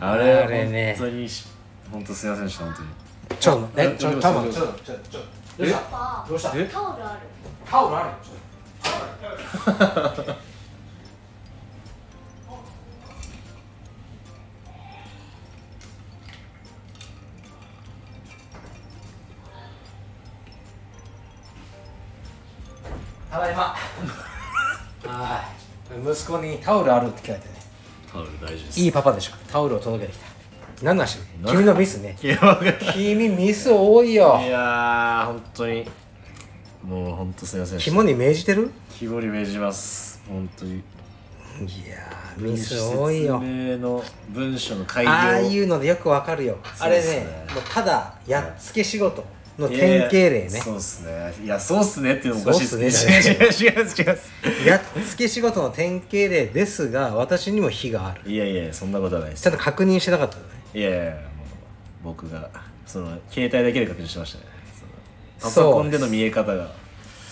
Speaker 2: れ
Speaker 1: あれね
Speaker 2: 本当にし本当すいませんでした本当に
Speaker 1: うちょっと
Speaker 2: あ
Speaker 1: えちょ
Speaker 2: どう
Speaker 1: っ
Speaker 2: した
Speaker 1: と
Speaker 2: どうし
Speaker 1: ち
Speaker 2: た
Speaker 1: ょっとちょっとちょっとどうした
Speaker 3: パ
Speaker 1: どうした
Speaker 3: パタオルある
Speaker 1: タオルあるよちょっとただいま はい息子にタオルあるって聞かれてね
Speaker 2: タオル大事です
Speaker 1: いいパパでしょタオルを届けてきた何なし
Speaker 2: な
Speaker 1: 君のミスね
Speaker 2: いやわかんない
Speaker 1: 君ミス多いよ
Speaker 2: いやー本当にもう本当すいませんでした
Speaker 1: 肝に銘じてる
Speaker 2: 肝に銘じます本当に
Speaker 1: いやーミス多いよ
Speaker 2: 説明の文章の開業
Speaker 1: ああいうのでよくわかるよあ
Speaker 2: そう
Speaker 1: れ
Speaker 2: で
Speaker 1: ね
Speaker 2: すね
Speaker 1: もうただやっつけ仕事の
Speaker 2: いや
Speaker 1: 典
Speaker 2: いや
Speaker 1: 型例ね
Speaker 2: そうっすねいやそうっすねっていうのもおかしいっすね
Speaker 1: そうっすね
Speaker 2: 違う違う違う違う
Speaker 1: やっつけ仕事の典型例ですが私にも非がある
Speaker 2: いやいやそんなことはないで
Speaker 1: ちゃ
Speaker 2: す
Speaker 1: んと確認してなかったのね
Speaker 2: いやいやいやもう僕がその携帯だけで確認してましたねそのパ
Speaker 1: そう
Speaker 2: ソコンでの見え方が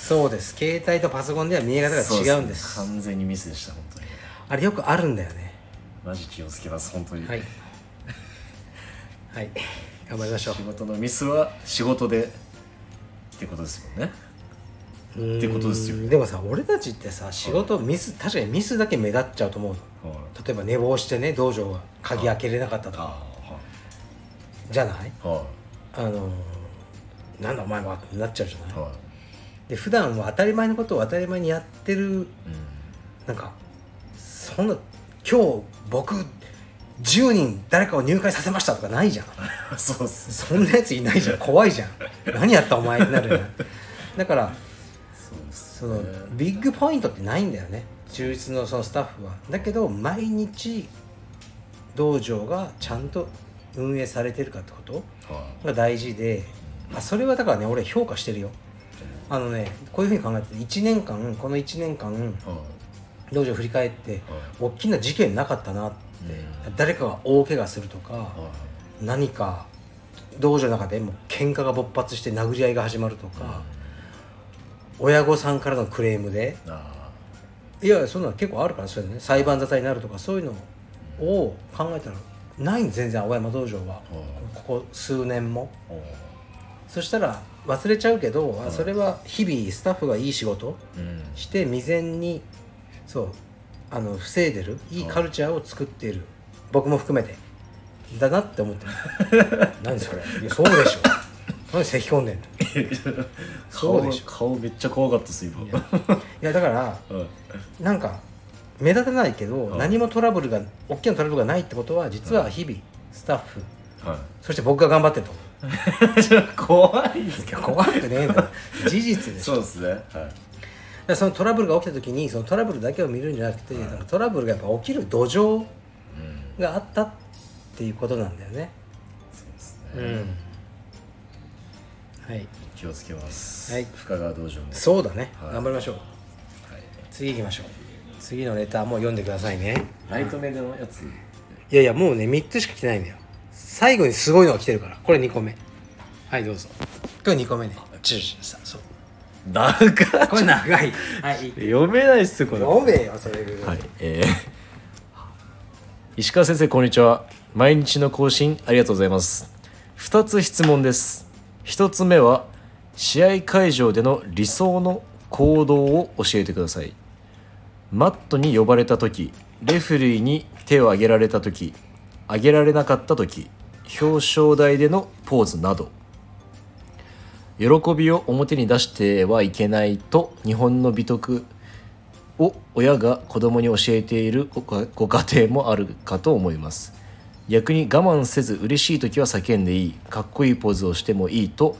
Speaker 1: そうです携帯とパソコンでは見え方
Speaker 2: そう
Speaker 1: が違うんです
Speaker 2: 完全にミスでした本当に
Speaker 1: あれよくあるんだよね
Speaker 2: マジ気をつけます本当に、
Speaker 1: はいはい頑張りましょ
Speaker 2: 仕事のミスは仕事でってことですもんね
Speaker 1: う
Speaker 2: ってことですよ
Speaker 1: う
Speaker 2: ね
Speaker 1: ーんでもさ俺たちってさ仕事ミス確かにミスだけ目立っちゃうと思うの
Speaker 2: はい
Speaker 1: 例えば寝坊してね道場が鍵開けれなかったとか
Speaker 2: あ
Speaker 1: じゃない
Speaker 2: あは
Speaker 1: あのーなんだお前はってなっちゃうじゃない
Speaker 2: いはい
Speaker 1: で普段は当たり前のことを当たり前にやってるなんかそんな今日僕10人誰かを入会させましたとかないじゃん
Speaker 2: そうっす
Speaker 1: そんなやついないじゃん怖いじゃん何やったお前ってなるじゃんだからそのビッグポイントってないんだよね充実のそのスタッフはだけど毎日道場がちゃんと運営されてるかってこと
Speaker 2: はい
Speaker 1: が大事であそれはだからね俺評価してるよあのねこういうふうに考えて1年間この1年間
Speaker 2: はい
Speaker 1: 道場振り返って大きな事件なかったなって
Speaker 2: う
Speaker 1: 誰かが大怪我するとか、
Speaker 2: はい
Speaker 1: 何か道場の中でもう喧嘩が勃発して殴り合いが始まるとか、親御さんからのクレームで
Speaker 2: あ
Speaker 1: いやそんなの結構あるからそういうのね裁判沙汰になるとかそういうのを考えたらないん全然青山道場は、
Speaker 2: うん
Speaker 1: ここ数年も
Speaker 2: ーおー
Speaker 1: そしたら忘れちゃうけど、あそれは日々スタッフがいい仕事
Speaker 2: うん
Speaker 1: して未然にそうあの防いでるいいカルチャーを作っている、僕も含めてだなって思ってる 何それいやそうでしょ 何咳き込んでんのそうでしょ
Speaker 2: 顔顔めっちゃ怖かったっす今
Speaker 1: いやいやだから
Speaker 2: うん
Speaker 1: なんか目立たないけど、
Speaker 2: うん
Speaker 1: 何もトラブルが大きなトラブルがないってことは実は日々スタッフ、
Speaker 2: は
Speaker 1: そして僕が頑張ってると思う
Speaker 2: い怖いっす
Speaker 1: い
Speaker 2: け
Speaker 1: や
Speaker 2: ど
Speaker 1: 怖くねえん だよ事実でしょ
Speaker 2: そうですねはい
Speaker 1: だからそのトラブルが起きた時にそのトラブルだけを見るんじゃなくて、だからトラブルがやっぱ起きる土壌
Speaker 2: うん
Speaker 1: があったっていうことなんだよね
Speaker 2: そうです
Speaker 1: う
Speaker 2: ね
Speaker 1: んはい
Speaker 2: 気をつけます
Speaker 1: はい
Speaker 2: 深川道場も
Speaker 1: そうだね、
Speaker 2: はい
Speaker 1: 頑張りましょう
Speaker 2: はい
Speaker 1: 次行きましょう次のレターも読んでくださいね
Speaker 2: ライト目のやつ
Speaker 1: いやいやもうね3つしか来てないんだよ最後にすごいのが来てるからこれ2個目はいどうぞこれ2個目ねチューチューしたそう
Speaker 2: なんか
Speaker 1: これ長いはい
Speaker 2: 読めないっすよこれ
Speaker 1: 飲めよそれぐら
Speaker 2: はい、えー、 石川先生こんにちは毎日の更新ありがとうございます2つ質問です1つ目は試合会場での理想の行動を教えてくださいマットに呼ばれた時レフェリーに手を挙げられた時挙げられなかった時表彰台でのポーズなど喜びを表に出してはいけないと日本の美徳を親が子供に教えているご家ご家庭もあるかと思います逆に我慢せず嬉しい時は叫んでいいかっこいいポーズをしてもいいと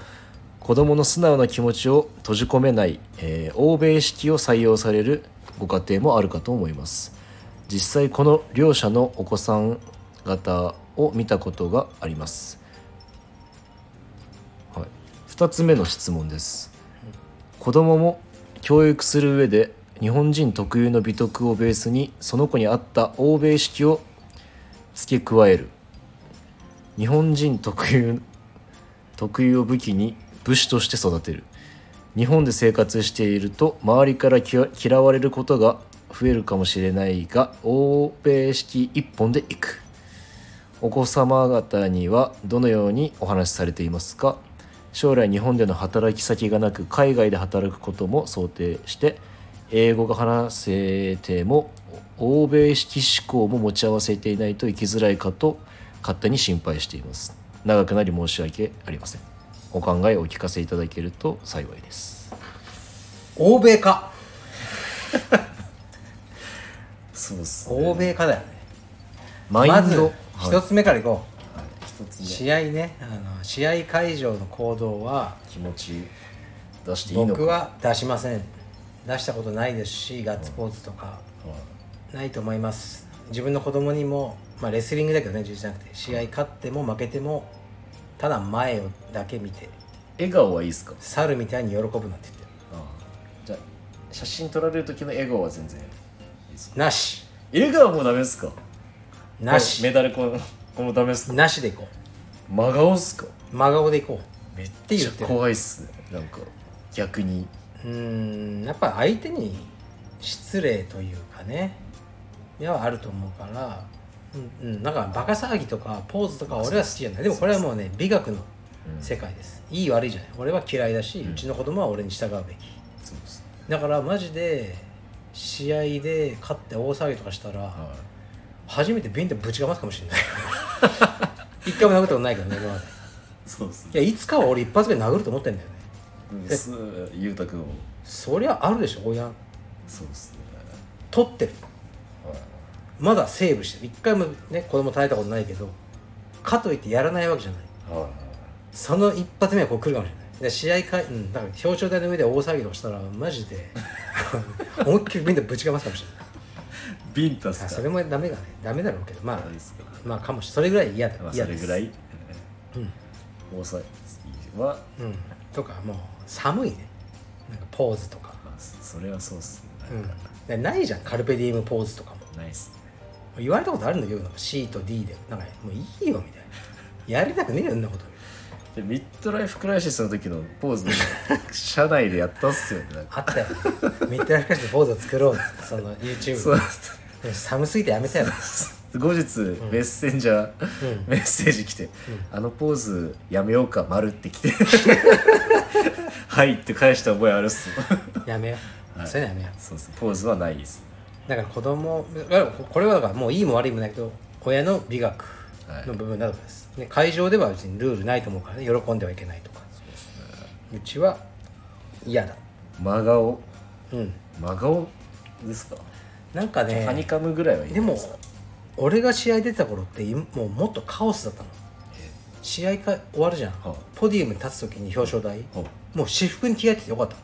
Speaker 2: 子供の素直な気持ちを閉じ込めない、えー欧米式を採用されるご家庭もあるかと思います実際この両者のお子さん方を見たことがあります、はい、2つ目の質問です子供も教育する上で日本人特有の美徳をベースにその子に合った欧米式を付け加える日本人特有特有を武器に武士として育てる日本で生活していると周りからきわ嫌われることが増えるかもしれないが欧米式一本でいくお子様方にはどのようにお話しされていますか将来日本での働き先がなく海外で働くことも想定して英語が話せても欧米式思考も持ち合わせていないと生きづらいかと勝手に心配しています長くなり申し訳ありませんお考えをお聞かせいただけると幸いです
Speaker 1: 欧米化
Speaker 2: そうです
Speaker 1: 欧米化だよね
Speaker 2: マイ
Speaker 1: ま
Speaker 2: ン
Speaker 1: ず
Speaker 2: ド
Speaker 1: 一つ目からいこ
Speaker 2: 一
Speaker 1: う、試合ねあの試合会場の行動は
Speaker 2: 気持ち出していいのか
Speaker 1: 僕は出しません出したことないですしガッツポーズとかないと思います自分の子供にも、まあ、レスリングだけどね重視じゃなくて試合勝っても負けてもただ前をだけ見て
Speaker 2: 笑顔はいいですか
Speaker 1: 猿みたいに喜ぶなって言ってる
Speaker 2: ああじゃあ写真撮られる時の笑顔は全然いいですか
Speaker 1: なし
Speaker 2: 笑顔もダメですか
Speaker 1: な
Speaker 2: メ
Speaker 1: し
Speaker 2: ダルこのこのダメですか
Speaker 1: なしでいこ
Speaker 2: 真顔っすか
Speaker 1: う真顔でいこ
Speaker 2: めっ
Speaker 1: ちゃ
Speaker 2: ちゃ怖いっすねなんか逆に
Speaker 1: ううーんやっぱ相手に失礼というかねではあると思うからうん、うん、なんかバカ騒ぎとかポーズとか俺は好きじゃないでもこれはもうね美学の世界です、いい悪いじゃない俺は嫌いだし、うちの子供は俺に従うべき
Speaker 2: そうですね
Speaker 1: だからマジで試合で勝って大騒ぎとかしたら
Speaker 2: は
Speaker 1: 初めてビンってぶちかますかもしれない 一回も殴ったことないけどね今まで
Speaker 2: いそうですね
Speaker 1: いやいつかは俺一発目殴ると思ってんだよね
Speaker 2: すゆうたくんを
Speaker 1: そりゃあるでしょ親
Speaker 2: そうですね
Speaker 1: 取ってる
Speaker 2: はい
Speaker 1: まだセーブしてる一回もね子供耐えたことないけどかといってやらないわけじゃない
Speaker 2: は
Speaker 1: その一発目はこう来るかもしれないで試合会、うん、なんか表彰台の上で大騒ぎとかしたらマジで 思いっきりみんなぶちかますかもしれない
Speaker 2: い、ビンタス
Speaker 1: あ
Speaker 2: か
Speaker 1: それもダメだねダメだろうけどまあ
Speaker 2: あれですけど
Speaker 1: まあかもしれないそれぐらい嫌だ
Speaker 2: まあ
Speaker 1: 嫌
Speaker 2: そ
Speaker 1: で
Speaker 2: れ
Speaker 1: す
Speaker 2: ぐらい
Speaker 1: うん
Speaker 2: 大騒ぎは、
Speaker 1: うん、とかもう寒いねなんかポーズとか,、
Speaker 2: まあ、それはそうっすね
Speaker 1: う
Speaker 2: なん
Speaker 1: ん
Speaker 2: か、、
Speaker 1: でないじゃんカルペディウムポーズとかも
Speaker 2: ないっすね
Speaker 1: 言われたことあるんだけどなんか C と D でなんかもういいよみたいなやりたくねえよそんなこと
Speaker 2: でミッドライフクライシスの時のポーズ 社内でやったっすよねなんか
Speaker 1: あったよ ミッドライフクライシスポーズを作ろうっつってその YouTube
Speaker 2: そう
Speaker 1: でも寒すぎてやめ たよ
Speaker 2: 後日メッセンジャー、メッセージ来て、あのポーズやめようか丸って来 てはいって返した覚えあるっす
Speaker 1: やめよう、
Speaker 2: はい
Speaker 1: そういうのやめよう
Speaker 2: そうそうポーズはないです
Speaker 1: だから子供これはだからもういいも悪いもないけど親の美学の部分などです、ね会場では別にルールないと思うからね喜んではいけないとかうちは嫌だ
Speaker 2: 真顔
Speaker 1: うん
Speaker 2: 真顔ですか、
Speaker 1: なんか
Speaker 2: ハニ
Speaker 1: ね
Speaker 2: カムぐらいはいいん
Speaker 1: で
Speaker 2: じゃない
Speaker 1: も
Speaker 2: すか
Speaker 1: 俺が試合出た頃っていもうもっとカオスだったの試合か終わるじゃん、
Speaker 2: はあ
Speaker 1: ポディウムに立つ時に表彰台、
Speaker 2: ほう
Speaker 1: もう私服に着替えててよかった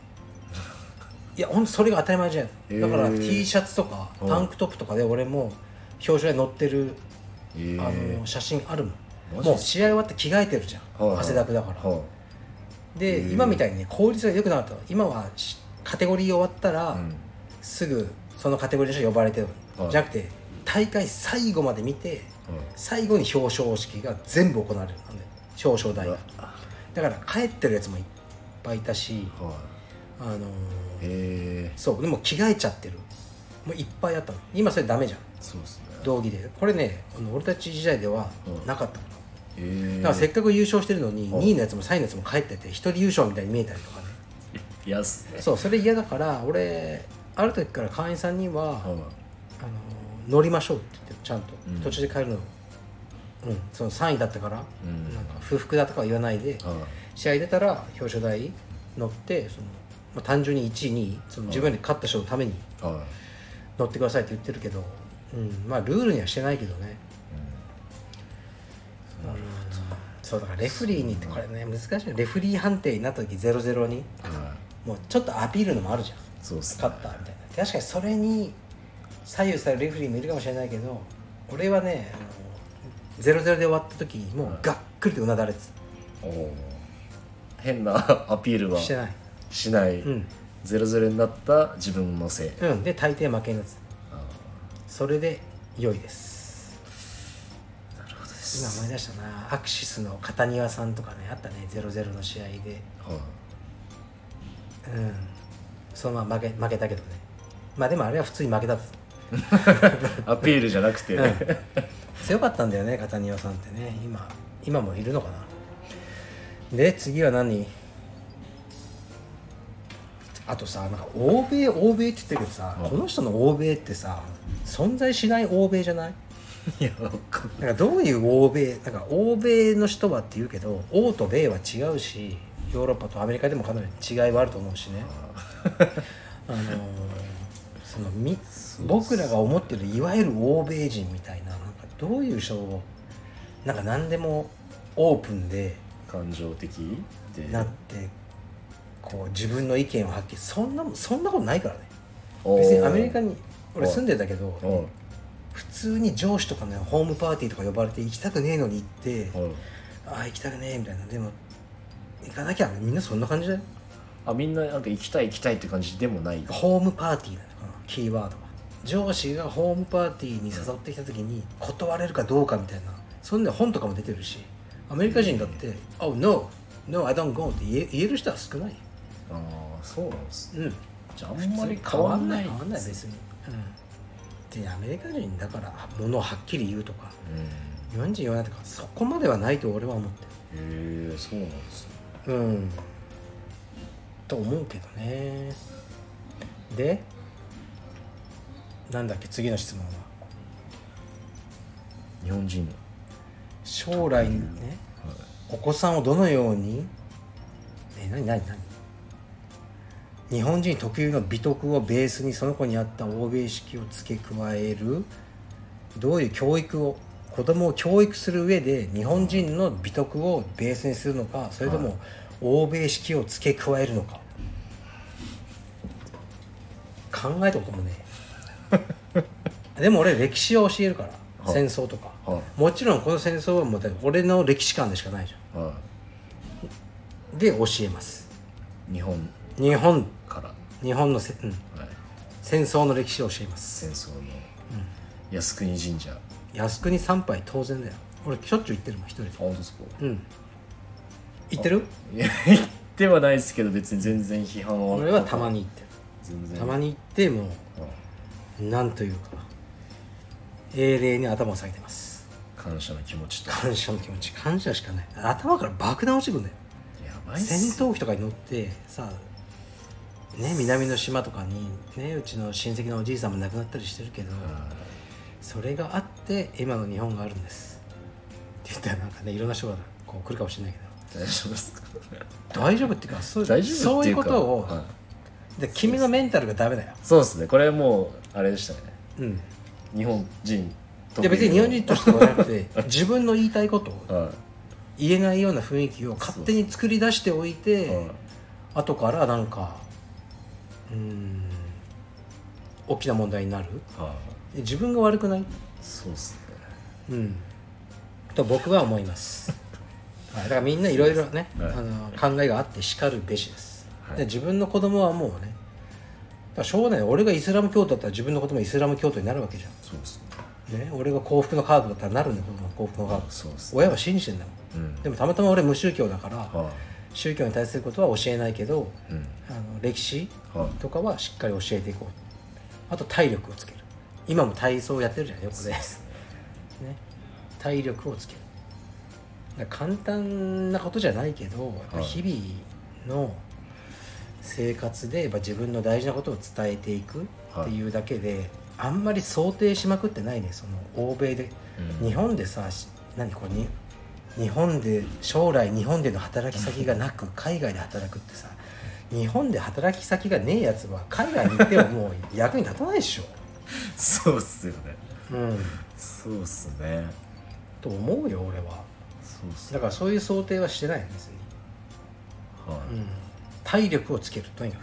Speaker 1: いやほんとそれが当たり前じゃ
Speaker 2: へ
Speaker 1: ん
Speaker 2: え
Speaker 1: だから T シャツとか
Speaker 2: うん
Speaker 1: タンクトップとかで俺も表彰台乗ってる
Speaker 2: えー
Speaker 1: あの写真あるも
Speaker 2: マ
Speaker 1: ん
Speaker 2: ジ
Speaker 1: もう試合終わって着替えてるじゃ
Speaker 2: はい
Speaker 1: ん汗だくだから
Speaker 2: は
Speaker 1: で
Speaker 2: へえ
Speaker 1: 今みたいにね効率が良くなかったの今はしカテゴリー終わったら、
Speaker 2: あうん
Speaker 1: すぐそのカテゴリーの人呼ばれてる、
Speaker 2: はい
Speaker 1: じゃなくて大会最後まで見て最後に表彰式が全部行われるので表彰台
Speaker 2: う
Speaker 1: が
Speaker 2: わ
Speaker 1: だから帰ってるやつもいっぱいいたし
Speaker 2: は
Speaker 1: あのー
Speaker 2: いへえ
Speaker 1: そうでも着替えちゃってるもういっぱいあったの今それダメじゃん
Speaker 2: そうっすね
Speaker 1: 道着でこれねあの俺たち時代では
Speaker 2: うん
Speaker 1: なかったの
Speaker 2: へー
Speaker 1: だからせっかく優勝してるのに
Speaker 2: うん
Speaker 1: 2位のやつも3位のやつも帰ってて1人優勝みたいに見えたりとかね
Speaker 2: いやっすね
Speaker 1: そうそれ嫌だから俺ある時から会員さんには、
Speaker 2: はい
Speaker 1: あの乗りましょうって言ってるちゃんと、
Speaker 2: うん
Speaker 1: 途中で帰るのうんその3位だったから、
Speaker 2: うん
Speaker 1: なんか不服だとかは言わないで、
Speaker 2: は
Speaker 1: 試合出たら表彰台乗ってその、まあ、単純に1位2位その自分で勝った人のために
Speaker 2: いは
Speaker 1: 乗ってくださいって言ってるけど、うん、まあルールにはしてないけどね
Speaker 2: いうん
Speaker 1: なるほどそうだからレフリーにってこれね難しいよレフリー判定になった時0-0に
Speaker 2: は
Speaker 1: もうちょっとアピールのもあるじゃん
Speaker 2: い、そうっすね。
Speaker 1: 勝ったみたいな確かにそれに左右されるレフリーもいるかもしれないけど俺はねあの0-0で終わった時もうがっくりとうなだれて
Speaker 2: おお。変な アピール
Speaker 1: た
Speaker 2: は
Speaker 1: してない
Speaker 2: しない。
Speaker 1: うん
Speaker 2: ゼロゼロになった自分のせい。
Speaker 1: うんで大抵負けになってた
Speaker 2: あ
Speaker 1: それで良いです
Speaker 2: ーなるほどで
Speaker 1: 今
Speaker 2: す。
Speaker 1: 思い出したなアクシスの片庭さんとかねあったね0-0の試合で
Speaker 2: は い、
Speaker 1: うんそのまま負け負けたけどねまあでもあれは普通に負けたです
Speaker 2: アピールじゃなくて、
Speaker 1: うん強かったんだよね片庭さんってね今今もいるのかなで次は何あとさなんか欧米欧米って言ってるけどさ、
Speaker 2: うん
Speaker 1: この人の欧米ってさ存在しない欧米じゃない
Speaker 2: いや、わかんない
Speaker 1: なんかどういう欧米なんか欧米の人はって言うけど欧と米は違うしヨーロッパとアメリカでもかなり違いはあると思うし ねあのーそのみ僕らが思ってるいわゆる欧米人みたいななんかどういう人をなんか何でもオープンで
Speaker 2: 感情的で。
Speaker 1: なってこう自分の意見をはっきりそんなもんそんなことないからね
Speaker 2: おー
Speaker 1: 別にアメリカ。に俺住んでたけ
Speaker 2: お
Speaker 1: ど
Speaker 2: お。
Speaker 1: 普通に上司とかねホームパーティーとか呼ばれて行きたくねえのに行って
Speaker 2: おう
Speaker 1: ああ行きたくねえみたいなでも行かなきゃみんなそんな感じだよ
Speaker 2: あ、みんななんか行きたい行きたいって感じでもない。
Speaker 1: ホームパーティーなのかなキーワードは上司がホームパーティーに誘ってきた時に断れるかどうかみたいなそんな本とかも出てるしアメリカ人だって「Oh no no I don't go」って言え言える人は少ない
Speaker 2: ああ、そうなんですね。
Speaker 1: うん
Speaker 2: じゃあ、あんまり変わんない。
Speaker 1: 変わんない別にうんでアメリカ人だからものをはっきり言うとか
Speaker 2: うん。へ
Speaker 1: 日本人言わないとかそこまではないと俺は思って
Speaker 2: え、そうなんですね。
Speaker 1: るうんと思うけどねでなんだっけ次の質問は
Speaker 2: 日本人の。
Speaker 1: 将来にね
Speaker 2: はい
Speaker 1: お子さんをどのようにえ何何何日本人特有の美徳をベースにその子に合った欧米式を付け加えるどういう教育を子供を教育する上で日本人の美徳をベースにするのかそれとも欧米式を付け加えるのか考えたこともね えでも俺歴史を教えるから
Speaker 2: はい
Speaker 1: 戦争とか
Speaker 2: は
Speaker 1: もちろんこの戦争はもうだから俺の歴史観でしかないじゃ
Speaker 2: いは
Speaker 1: んで教えます
Speaker 2: い日本
Speaker 1: 日本
Speaker 2: から、は
Speaker 1: 日本のせ、うん、
Speaker 2: い、
Speaker 1: 戦争の歴史を教えます
Speaker 2: 戦争の靖国神社あ
Speaker 1: 靖国参拝当然だよ俺しょっちゅう行ってるもん一人で
Speaker 2: 本当ですか
Speaker 1: うん行ってる
Speaker 2: いや言ってはないですけど別に全然批判は
Speaker 1: 俺はたまに行ってる
Speaker 2: 全然
Speaker 1: たまに行ってもうなんというか英霊に頭を下げてます
Speaker 2: 感謝の気持ちと
Speaker 1: 感謝の気持ち感謝しかない頭から爆弾落ちてくんだよ
Speaker 2: やばいっ
Speaker 1: 戦
Speaker 2: す
Speaker 1: 闘機とかに乗ってさね南の島とかにねうちの親戚のおじいさんも亡くなったりしてるけど、
Speaker 2: は
Speaker 1: それがあって今の日本があるんですって言ったらなんかねいろんな人がこう来るかもしれないけど
Speaker 2: い大丈夫ですか
Speaker 1: 大丈夫っていうかそう
Speaker 2: 大丈夫っていうか
Speaker 1: そういうことを、
Speaker 2: は
Speaker 1: で君のメンタルがダメだよ
Speaker 2: いそうですねこれもうあれでしたね
Speaker 1: うん
Speaker 2: 日本人
Speaker 1: いや別に日本人としてはなく て自分の言いたいことを
Speaker 2: は
Speaker 1: 言えないような雰囲気を勝手に作り出しておい
Speaker 2: い、
Speaker 1: て
Speaker 2: は
Speaker 1: 後からなんかうーん大きな問題になる
Speaker 2: いはい
Speaker 1: 自分が悪くない
Speaker 2: そうです
Speaker 1: う
Speaker 2: ね
Speaker 1: んと僕は思い ます、はい、だからみんないろいろね、
Speaker 2: はい
Speaker 1: あの考えがあってしかるべしです、
Speaker 2: はい
Speaker 1: で自分の子供はもうねだからしょうがない俺がイスラム教徒だったら自分の子供イスラム教徒になるわけじゃ
Speaker 2: そうですね
Speaker 1: ん、ね、俺が幸福のカードだったらなるんだよ子供の幸福のカード
Speaker 2: そうですね
Speaker 1: 親は信じてんだも、
Speaker 2: うんん
Speaker 1: でもたまたま俺無宗教だから、
Speaker 2: は
Speaker 1: 宗教に対することは教えないけど
Speaker 2: いうん
Speaker 1: あの歴史
Speaker 2: はい
Speaker 1: とかはしっかり教えていこうあと体力をつける今も体操やってるじゃん横で ね体力をつけるだから簡単なことじゃないけどやっぱ
Speaker 2: はい
Speaker 1: 日々の生活でやっぱ自分の大事なことを伝えていくっていうだけで、あんまり想定しまくってないねその欧米で、
Speaker 2: うん
Speaker 1: 日本でさし何これに日本で将来日本での働き先がなく海外で働くってさ日本で働き先がねえやつは海外に行ってももう役に立たないでしょ、
Speaker 2: そうっすよね
Speaker 1: うん、
Speaker 2: そうっすね
Speaker 1: と思うよ俺は
Speaker 2: そうっす
Speaker 1: だ
Speaker 2: ね
Speaker 1: からそういう想定はしてない別に、
Speaker 2: はい、
Speaker 1: うん、体力をつけるとにか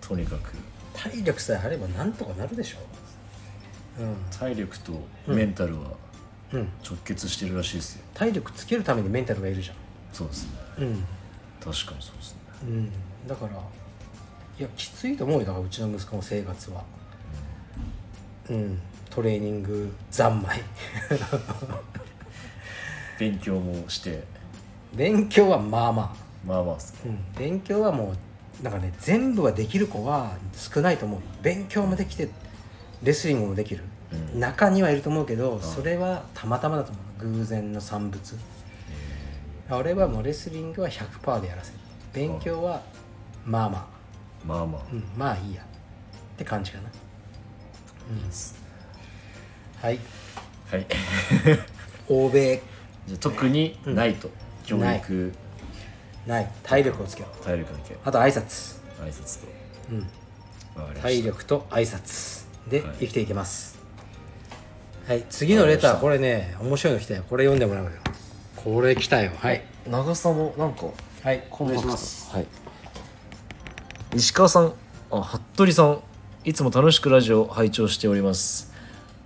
Speaker 1: く
Speaker 2: とにかく
Speaker 1: 体力さえあればなんとかなるでしょ
Speaker 2: 体力とメンタルは
Speaker 1: うん、うん、
Speaker 2: 直結してるらしいですよ、
Speaker 1: 体力つけるためにメンタルがいるじ
Speaker 2: そうですね
Speaker 1: ゃんうん
Speaker 2: 確かにそうですね
Speaker 1: うん、だからいやきついと思うよだからうちの息子の生活はうんトレーニング三昧
Speaker 2: 勉強もして
Speaker 1: 勉強はまあまあ、
Speaker 2: まあまあっす
Speaker 1: う
Speaker 2: ね
Speaker 1: ん、勉強はもうなんかね全部はできる子は少ないと思う勉強もできてレスリングもできる、
Speaker 2: うん
Speaker 1: 中にはいると思うけど、それはたまたまだと思う偶然の産物俺はもうレスリングは100%でやらせる勉強はまあまあ
Speaker 2: まあまあ、
Speaker 1: うん、まあいいやって感じかな、うん、はい
Speaker 2: はい
Speaker 1: 欧米
Speaker 2: じゃあ特にないと、教
Speaker 1: ない
Speaker 2: 育
Speaker 1: ない体力をつけろ
Speaker 2: 体力だけ
Speaker 1: あと挨拶
Speaker 2: 挨拶と
Speaker 1: うん
Speaker 2: わかりま
Speaker 1: 体
Speaker 2: した
Speaker 1: 力と挨拶で
Speaker 2: はい
Speaker 1: 生きていけますはい、次のレターこれね面白いの来たよこれ読んでもらおうよこれ来たよはい
Speaker 2: 長さもなんか
Speaker 1: はい
Speaker 2: コンパクトはい石川さんあ服部さんいつも楽しくラジオを拝聴しております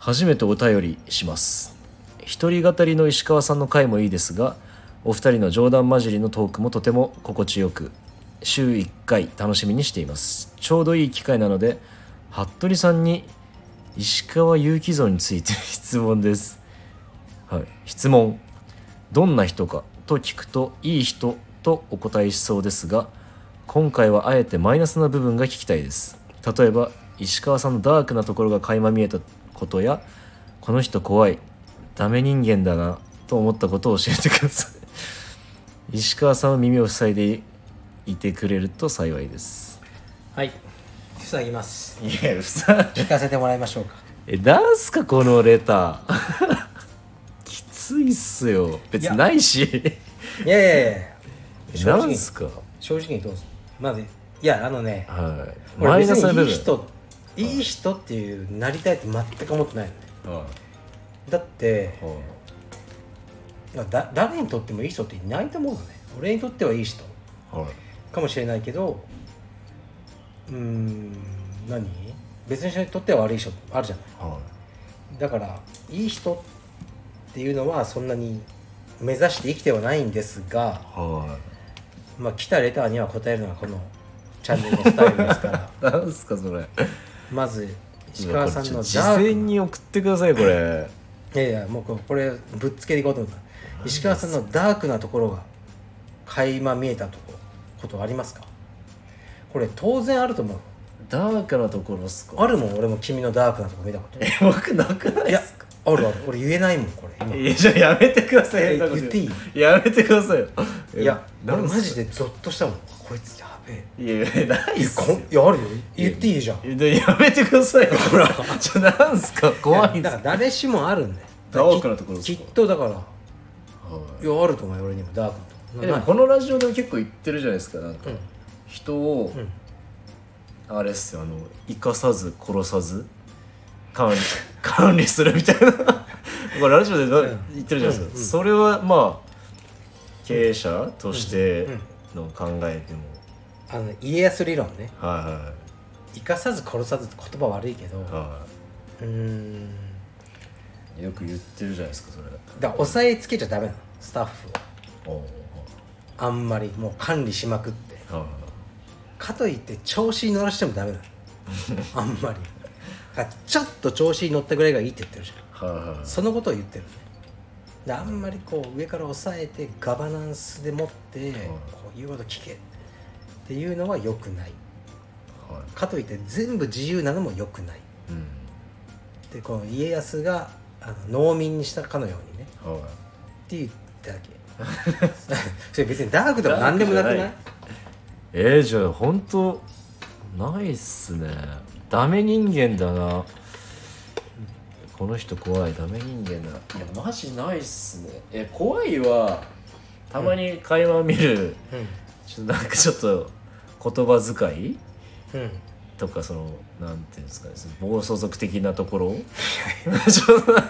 Speaker 2: 初めてお便りします一人語りの石川さんの回もいいですがお二人の冗談交じりのトークもとても心地よく週1回楽しみにしていますちょうどいい機会なので服部さんに石川祐希像について質問ですはい質問どんな人かと聞くといい人とお答えしそうですが今回はあえてマイナスな部分が聞きたいです例えば石川さんのダークなところが垣間見えたことやこの人怖いダメ人間だなと思ったことを教えてください 石川さんは耳を塞いでいてくれると幸いです
Speaker 1: はい塞ぎます
Speaker 2: いやさ
Speaker 1: 聞かせてもらいましょうか
Speaker 2: えなんすかこのレター きついっすよ別にないし
Speaker 1: いやいやいや
Speaker 2: え
Speaker 1: 正
Speaker 2: な
Speaker 1: 直
Speaker 2: ん
Speaker 1: に
Speaker 2: すか
Speaker 1: 正直にどうぞまずいやあのね
Speaker 2: はい。
Speaker 1: 俺別
Speaker 2: な
Speaker 1: にいい
Speaker 2: 部分
Speaker 1: 人いい人っていうなりたいって全く思ってないのね
Speaker 2: は
Speaker 1: だって
Speaker 2: うん
Speaker 1: だ誰にとってもいい人っていないと思うのね俺にとってはいい人
Speaker 2: はい
Speaker 1: かもしれないけどうーん何別の人にとっては悪い人あるじゃな
Speaker 2: はい
Speaker 1: だからいい人っていうのはそんなに目指して生きてはないんですが
Speaker 2: いは
Speaker 1: まあ来たレターには答えるのがこのチャンネルのスタイルですから
Speaker 2: いなんすかそれ
Speaker 1: まず石川さんのダ
Speaker 2: 事前
Speaker 1: ーク
Speaker 2: に送ってくださいこれ
Speaker 1: いやいやもうここれぶっつけていこうと思った石川さんのダークなところが垣間見えたとこことありますかこれ当然あると思う
Speaker 2: ダークなところっすか
Speaker 1: あるもん俺も君のダークなとこ見たこと
Speaker 2: え僕なくないいっ
Speaker 1: や
Speaker 2: すか
Speaker 1: あるある俺言えないもんこれ今
Speaker 2: いやじゃあやめてください
Speaker 1: え
Speaker 2: 変なこと
Speaker 1: 言ってい
Speaker 2: やめてくださいよえ
Speaker 1: いや俺
Speaker 2: なんすか
Speaker 1: マジでゾッとしたもんこいつやべえ
Speaker 2: いやいやないっす
Speaker 1: こん
Speaker 2: よ
Speaker 1: いやあるよ言っていいじゃん
Speaker 2: いややめてくださいよほら じゃあなんすか怖いん
Speaker 1: だ
Speaker 2: す
Speaker 1: か
Speaker 2: から
Speaker 1: 誰しもあるんだよ
Speaker 2: ダークなところです
Speaker 1: き
Speaker 2: か
Speaker 1: きっとだからい
Speaker 2: はい
Speaker 1: やあると思うよ俺にもダークなとこ
Speaker 2: えでもこのラジオでも結構言ってるじゃないですかなんか、
Speaker 1: うん
Speaker 2: 人を、
Speaker 1: ん
Speaker 2: あれっすよあの生かさず殺さず管理 管理するみたいな これラジオでな言ってるじゃないですか、
Speaker 1: うんうん
Speaker 2: それはまあ経営者としての考えでも、
Speaker 1: あの家康理論ね
Speaker 2: は
Speaker 1: 生かさず殺さずって言葉悪いけど
Speaker 2: いはい、は
Speaker 1: うーん
Speaker 2: い、よく言ってるじゃないですかそれ
Speaker 1: だから抑えつけちゃダメなのスタッフを
Speaker 2: おお
Speaker 1: あんまりもう管理しまくって
Speaker 2: はい
Speaker 1: かといって調子に乗らしてもダメなのあんまりだからちょっと調子に乗ったぐらいがいいって言ってるじゃん
Speaker 2: はいはい
Speaker 1: そのことを言ってるねであんまりこう上から押さえてガバナンスでもってこう言うこと聞けっていうのは良くない
Speaker 2: はい
Speaker 1: かといって全部自由なのも良くない
Speaker 2: うん
Speaker 1: でこの家康があの農民にしたかのようにね
Speaker 2: はい
Speaker 1: って言っただけそれ別にダークでも何でもなくない
Speaker 2: ダークえー、じゃあ本当ないっすねダメ人間だなこの人怖いダメ人間だいやマジないっすねえ怖いはたまに会話を見る、ちょっとなんかちょっと言葉遣い
Speaker 1: うん、うん、
Speaker 2: とかそのなんていうんですかねその暴走族的なところちょっと な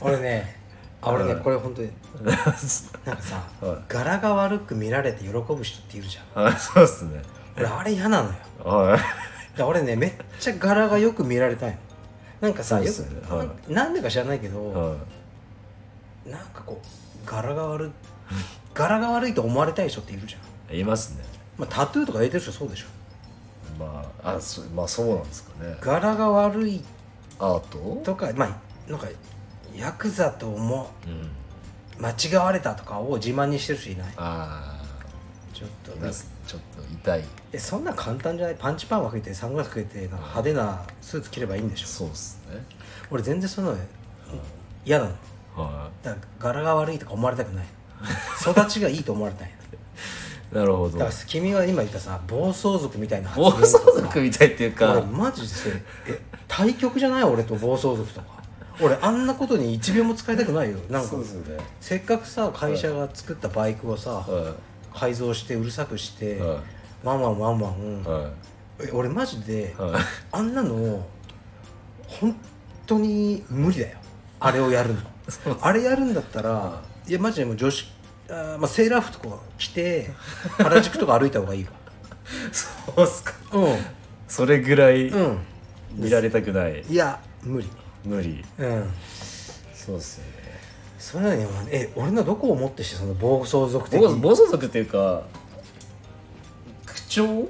Speaker 1: 俺ねあ俺ねこれ本当になんかさ
Speaker 2: はい
Speaker 1: 柄が悪く見られて喜ぶ人っているじゃん
Speaker 2: あそうっすね
Speaker 1: 俺あれ嫌なのよ
Speaker 2: は
Speaker 1: い
Speaker 2: い
Speaker 1: や俺ねめっちゃ柄がよく見られたいのなんかさ
Speaker 2: そうっ
Speaker 1: よく
Speaker 2: すね
Speaker 1: な
Speaker 2: はい
Speaker 1: んなんでか知らないけど
Speaker 2: は
Speaker 1: なんかこう柄が悪い柄が悪いと思われたい人っているじゃん、
Speaker 2: いいますね
Speaker 1: まあ、タトゥーとか入れてる人そうでしょ
Speaker 2: まああそうまあそうなんですかね
Speaker 1: 柄が悪い
Speaker 2: アート
Speaker 1: とかまあなんかヤクザと思
Speaker 2: うん
Speaker 1: う間違われたとかを自慢にしてる人いない
Speaker 2: あ
Speaker 1: ちょっと
Speaker 2: あ
Speaker 1: ね
Speaker 2: ちょっと痛い
Speaker 1: えそんな簡単じゃないパンチパンはけてサングラスかけてなんか派手なスーツ着ればいいんでしょ
Speaker 2: そうっすね
Speaker 1: 俺全然そんなの嫌なの
Speaker 2: は
Speaker 1: だから柄が悪いとか思われたく ない育ちがいいと思われたい
Speaker 2: いなるほど
Speaker 1: だから君が今言ったさ暴走族みたいな
Speaker 2: 暴走族みたいっていう
Speaker 1: 俺
Speaker 2: か
Speaker 1: マジでえ対局じゃない俺と暴走族とか俺あんなことに1秒も使いたくないよなんか
Speaker 2: そうですね
Speaker 1: せっかくさ会社が作ったバイクをさ
Speaker 2: は
Speaker 1: 改造してうるさくして
Speaker 2: いは
Speaker 1: ワンワンワンワ
Speaker 2: い
Speaker 1: ン
Speaker 2: は
Speaker 1: え俺マジで
Speaker 2: いはい
Speaker 1: あんなの本当に無理だよあれをやるのあれやるんだったらいやマジでもう女子あー、まあ、セーラー服とか着 て原宿とか歩いた方がいいわ
Speaker 2: そうっすか
Speaker 1: う
Speaker 2: それぐらい
Speaker 1: んうん
Speaker 2: 見られたくない
Speaker 1: いや無理
Speaker 2: 無理
Speaker 1: うん
Speaker 2: そうっすよね
Speaker 1: それなのにお前え俺のどこをもってしてその暴走族的
Speaker 2: 暴
Speaker 1: に
Speaker 2: 暴走族っていうか口調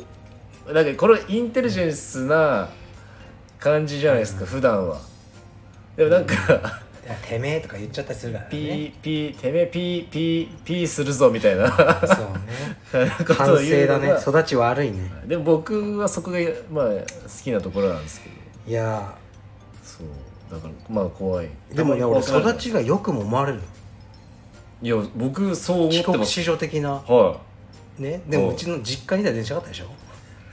Speaker 2: なんかこれインテリジェンスな感じじゃないですか普段はでもなんか
Speaker 1: いやてめえとか言っちゃったりするから
Speaker 2: ピ
Speaker 1: ね
Speaker 2: ーピーてめえピーピーピーするぞみたいなこ
Speaker 1: そう ね
Speaker 2: と
Speaker 1: 反
Speaker 2: を言
Speaker 1: 省
Speaker 2: う
Speaker 1: だ
Speaker 2: の
Speaker 1: ね
Speaker 2: が
Speaker 1: 育ち悪いね
Speaker 2: でも僕はそこがまあ好きなところなんですけど
Speaker 1: いや
Speaker 2: そうだからまあ怖い
Speaker 1: ーでもね俺
Speaker 2: たまに
Speaker 1: 育ちがよくも思われるの
Speaker 2: いや僕そう思
Speaker 1: 帰
Speaker 2: ってま
Speaker 1: 国
Speaker 2: す
Speaker 1: 子女的な
Speaker 2: は
Speaker 1: ねでも
Speaker 2: そう
Speaker 1: うちの実家にた電車があったでしょ
Speaker 2: い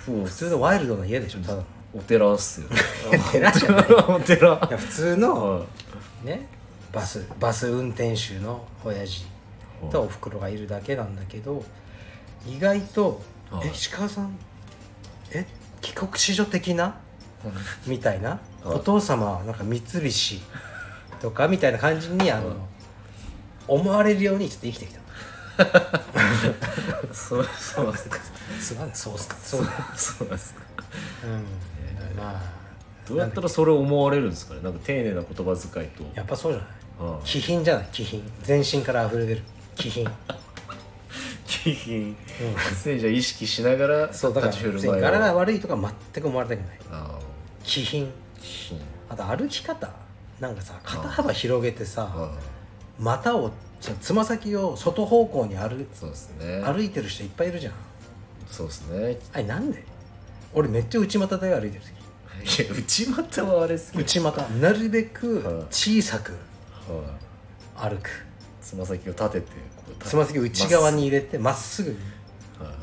Speaker 2: そう
Speaker 1: 普通のワイルドな家でしょただのい
Speaker 2: お寺っすよ
Speaker 1: 寺じゃない
Speaker 2: お寺は
Speaker 1: や普通
Speaker 2: い
Speaker 1: の
Speaker 2: は
Speaker 1: ねバスバス運転手の親父
Speaker 2: い
Speaker 1: とおふくろがいるだけなんだけど意外と「
Speaker 2: はい
Speaker 1: え石川さんえ帰国子女的な?」みたいな「
Speaker 2: はい
Speaker 1: お父様はなんか三菱とかみたいな感じにあの、思われるようにちょっと生きてきた
Speaker 3: そうそうなんですか
Speaker 1: そうなんそうすかそうだ
Speaker 3: そうなんですか
Speaker 1: うんまあ
Speaker 2: どうやったらそれを思われるんですかねなんか丁寧な言葉遣いと
Speaker 1: やっぱそうじゃない
Speaker 2: うん
Speaker 1: 気品じゃない気品全身から溢れ出る気品
Speaker 2: 気品せいじゃ意識しながら
Speaker 1: そうだから
Speaker 2: 立ち振る
Speaker 1: 別
Speaker 2: 舞いを
Speaker 1: に柄が悪いとか全く思われたくない
Speaker 2: あ
Speaker 1: 気品
Speaker 2: ー気品
Speaker 1: あと歩き方なんかさ肩幅広げてさ
Speaker 2: あ
Speaker 1: 股をじゃつま先を外方向に歩
Speaker 2: ーそうですね
Speaker 1: 歩いてる人いっぱいいるじゃん
Speaker 2: そうですねいや
Speaker 1: あれなんで俺めっちゃ内股だよ歩いてる
Speaker 2: 内股はあれですけ
Speaker 1: 時
Speaker 2: ど
Speaker 1: 内股なるべく
Speaker 2: うん
Speaker 1: 小さく
Speaker 2: はい
Speaker 1: 歩く
Speaker 2: つま先を立ててこう立て
Speaker 1: つま先を内側に入れてまっすぐ
Speaker 2: まっすぐは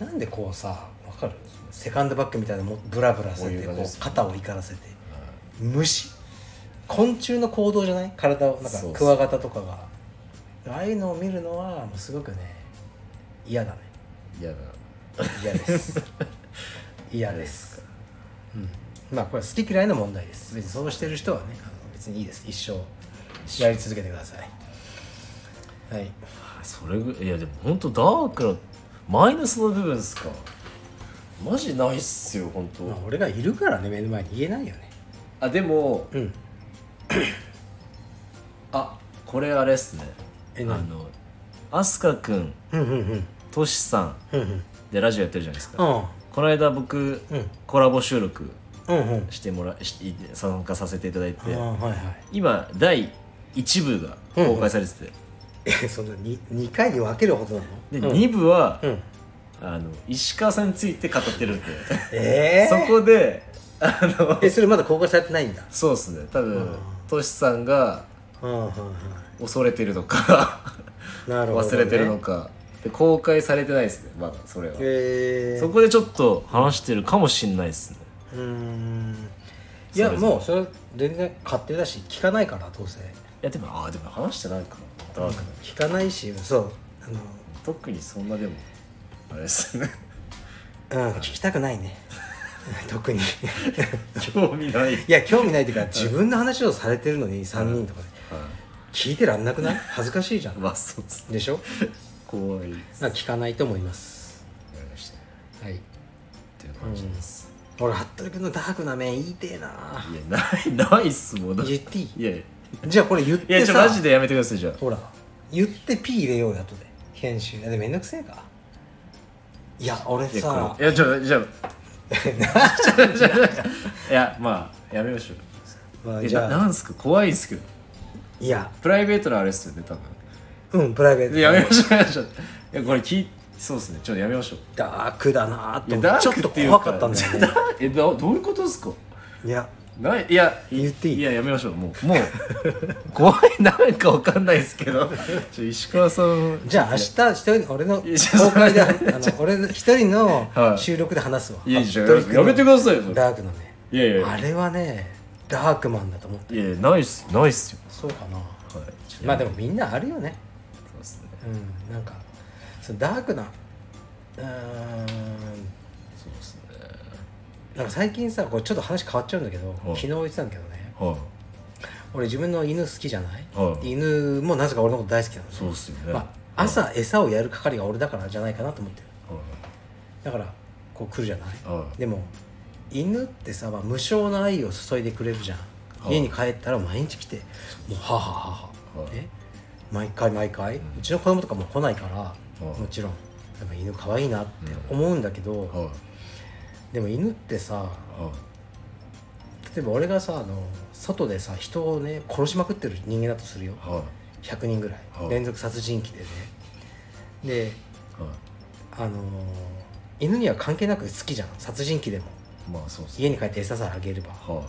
Speaker 2: い
Speaker 1: なんでこうさわかるセカンドバッグみたいなのもブラブラさ
Speaker 2: こう
Speaker 1: せ
Speaker 2: い
Speaker 1: て
Speaker 2: う
Speaker 1: こ
Speaker 2: 感じで
Speaker 1: う
Speaker 2: す
Speaker 1: 肩を怒らせて虫昆虫の行動じゃない体をなんか
Speaker 2: そうそう
Speaker 1: クワガタとかがああいうのを見るのはもうすごくね嫌だね
Speaker 2: 嫌だ
Speaker 1: 嫌 です嫌ですうんまあこれは好き嫌いの問題です別にそうしてる人はねあの別にいいです一生やり続けてくださいはい
Speaker 2: それぐいやでも本当ダークなマイナスの部分ですかマジないっすよ本
Speaker 1: まあ
Speaker 2: 当
Speaker 1: 俺がいるからね目の前に言えないよね
Speaker 2: あでも
Speaker 1: うん
Speaker 2: あこれあれっすねあ
Speaker 1: え何
Speaker 2: の飛鳥くん
Speaker 1: うんうんうん
Speaker 2: としさん
Speaker 1: うんうん
Speaker 2: でラジオやってるじゃないです
Speaker 1: う
Speaker 2: か
Speaker 1: ん
Speaker 2: この間僕
Speaker 1: うん
Speaker 2: コラボ収録
Speaker 1: うんうん
Speaker 2: してもらし参加させていただいて
Speaker 1: ああはいはい
Speaker 2: 今第1部が公開されてて、
Speaker 1: えそんな 2, 2回に分けるほどなの
Speaker 2: で2部は、
Speaker 1: うん
Speaker 2: あの石川さんについて語ってるんで、
Speaker 1: ええ
Speaker 2: そこであの
Speaker 1: えそれまだ公開されてないんだ
Speaker 2: そうですね多
Speaker 1: うん
Speaker 2: 分としさんが
Speaker 1: うんうんうん
Speaker 2: 恐れてるのか
Speaker 1: なるほど、ね、
Speaker 2: 忘れてるのか、で公開されてないですねまだそれは、
Speaker 1: ええ
Speaker 2: そこでちょっと話してるかもしんないですね
Speaker 1: うーんいや
Speaker 2: それぞれ
Speaker 1: もうそれ全然勝手だし聞かないからどうせ
Speaker 2: いやでもああでも話してないかなダークな
Speaker 1: 聞かないしそうあの
Speaker 2: 特にそんなでもあれです ね
Speaker 1: うん、聞きたくないね 特に い
Speaker 2: 興味ない、はい、
Speaker 1: や興味ないというか自分の話をされてるのに3人とかで聞いてらんなくない恥ずかしいじゃん
Speaker 2: まあそうですね
Speaker 1: でしょ
Speaker 2: 怖いです
Speaker 1: なんか聞かないと思います
Speaker 2: わかりました
Speaker 1: はい
Speaker 2: という感じです、
Speaker 1: 俺服部君のダークな面言いてえない
Speaker 2: やないないっすもんだって
Speaker 1: 言っていい
Speaker 2: いやいやい
Speaker 1: じゃあこれ言ってさ
Speaker 2: やちょマジでやめてくださいじゃあ
Speaker 1: ほら言って P 入れようやとで編集あでもめんどくせえかいや俺
Speaker 2: いや
Speaker 1: さ
Speaker 2: これいやちょじゃ あいやまあやめましょう
Speaker 1: まあ
Speaker 2: え
Speaker 1: じゃあ
Speaker 2: ななんすか怖いっすけど
Speaker 1: いや
Speaker 2: プライベートのあれっすよね多分
Speaker 1: うんプライベート
Speaker 2: でやめましょうやめましょういやこれ聞いそうっすねちょっとやめましょう
Speaker 1: ダークだなと思
Speaker 2: いや
Speaker 1: っ
Speaker 2: ダ
Speaker 1: てちょ
Speaker 2: ー
Speaker 1: っ
Speaker 2: ク
Speaker 1: と
Speaker 2: っていうか
Speaker 1: 怖かったんだよ
Speaker 2: ダ
Speaker 1: ね
Speaker 2: ークえどどういうことですか
Speaker 1: いや
Speaker 2: ないいや
Speaker 1: 言っていい
Speaker 2: いややめましょうもう もう怖いなんかわかんないですけどちょ石川さん
Speaker 1: じゃあ明日一人俺の
Speaker 2: いやちょ
Speaker 1: 公開であの俺の一人
Speaker 2: は
Speaker 1: の
Speaker 2: い
Speaker 1: 収録で話すわ
Speaker 2: いや
Speaker 1: 服
Speaker 2: じゃあ
Speaker 1: 部君の
Speaker 2: やめてくださいよそれ
Speaker 1: ダークのね
Speaker 2: いやいやいや
Speaker 1: あれはねダークマンだと思って
Speaker 2: いやないっすないっすよ
Speaker 1: そうかな
Speaker 2: はいちょ
Speaker 1: まあでもみんなあるよね
Speaker 2: そうっすね
Speaker 1: うんなんかそのダークなうーん
Speaker 2: そうっすね
Speaker 1: なんか最近さこれちょっと話変わっちゃうんだけど、
Speaker 2: い
Speaker 1: 昨日言ってたんだけどね
Speaker 2: はい
Speaker 1: 俺自分の犬好きじゃない、
Speaker 2: はい
Speaker 1: 犬もなぜか俺のこと大好きなのね
Speaker 2: そうっすよね
Speaker 1: まあ、朝餌をやる係が俺だからじゃないかなと思ってる
Speaker 2: はい
Speaker 1: だからこう来るじゃない、
Speaker 2: はい
Speaker 1: でも犬ってさ、まあ、無償の愛を注いでくれるじゃん、
Speaker 2: はい
Speaker 1: 家に帰ったら毎日来てもうはははは、
Speaker 2: はい
Speaker 1: ね毎回毎回、うちの子供とかも来ないから、
Speaker 2: い
Speaker 1: もちろんやっぱ犬可愛いなって思うんだけど、
Speaker 2: はい
Speaker 1: でも犬ってさ
Speaker 2: はい
Speaker 1: 例えば俺がさあの外でさ人をね殺しまくってる人間だとするよ
Speaker 2: はい
Speaker 1: 100人ぐらい
Speaker 2: はい
Speaker 1: 連続殺人鬼でねで
Speaker 2: は
Speaker 1: あのー犬には関係なく好きじゃん殺人鬼でも
Speaker 2: いまあそうっすね
Speaker 1: 家に帰って餌さえあげれば
Speaker 2: は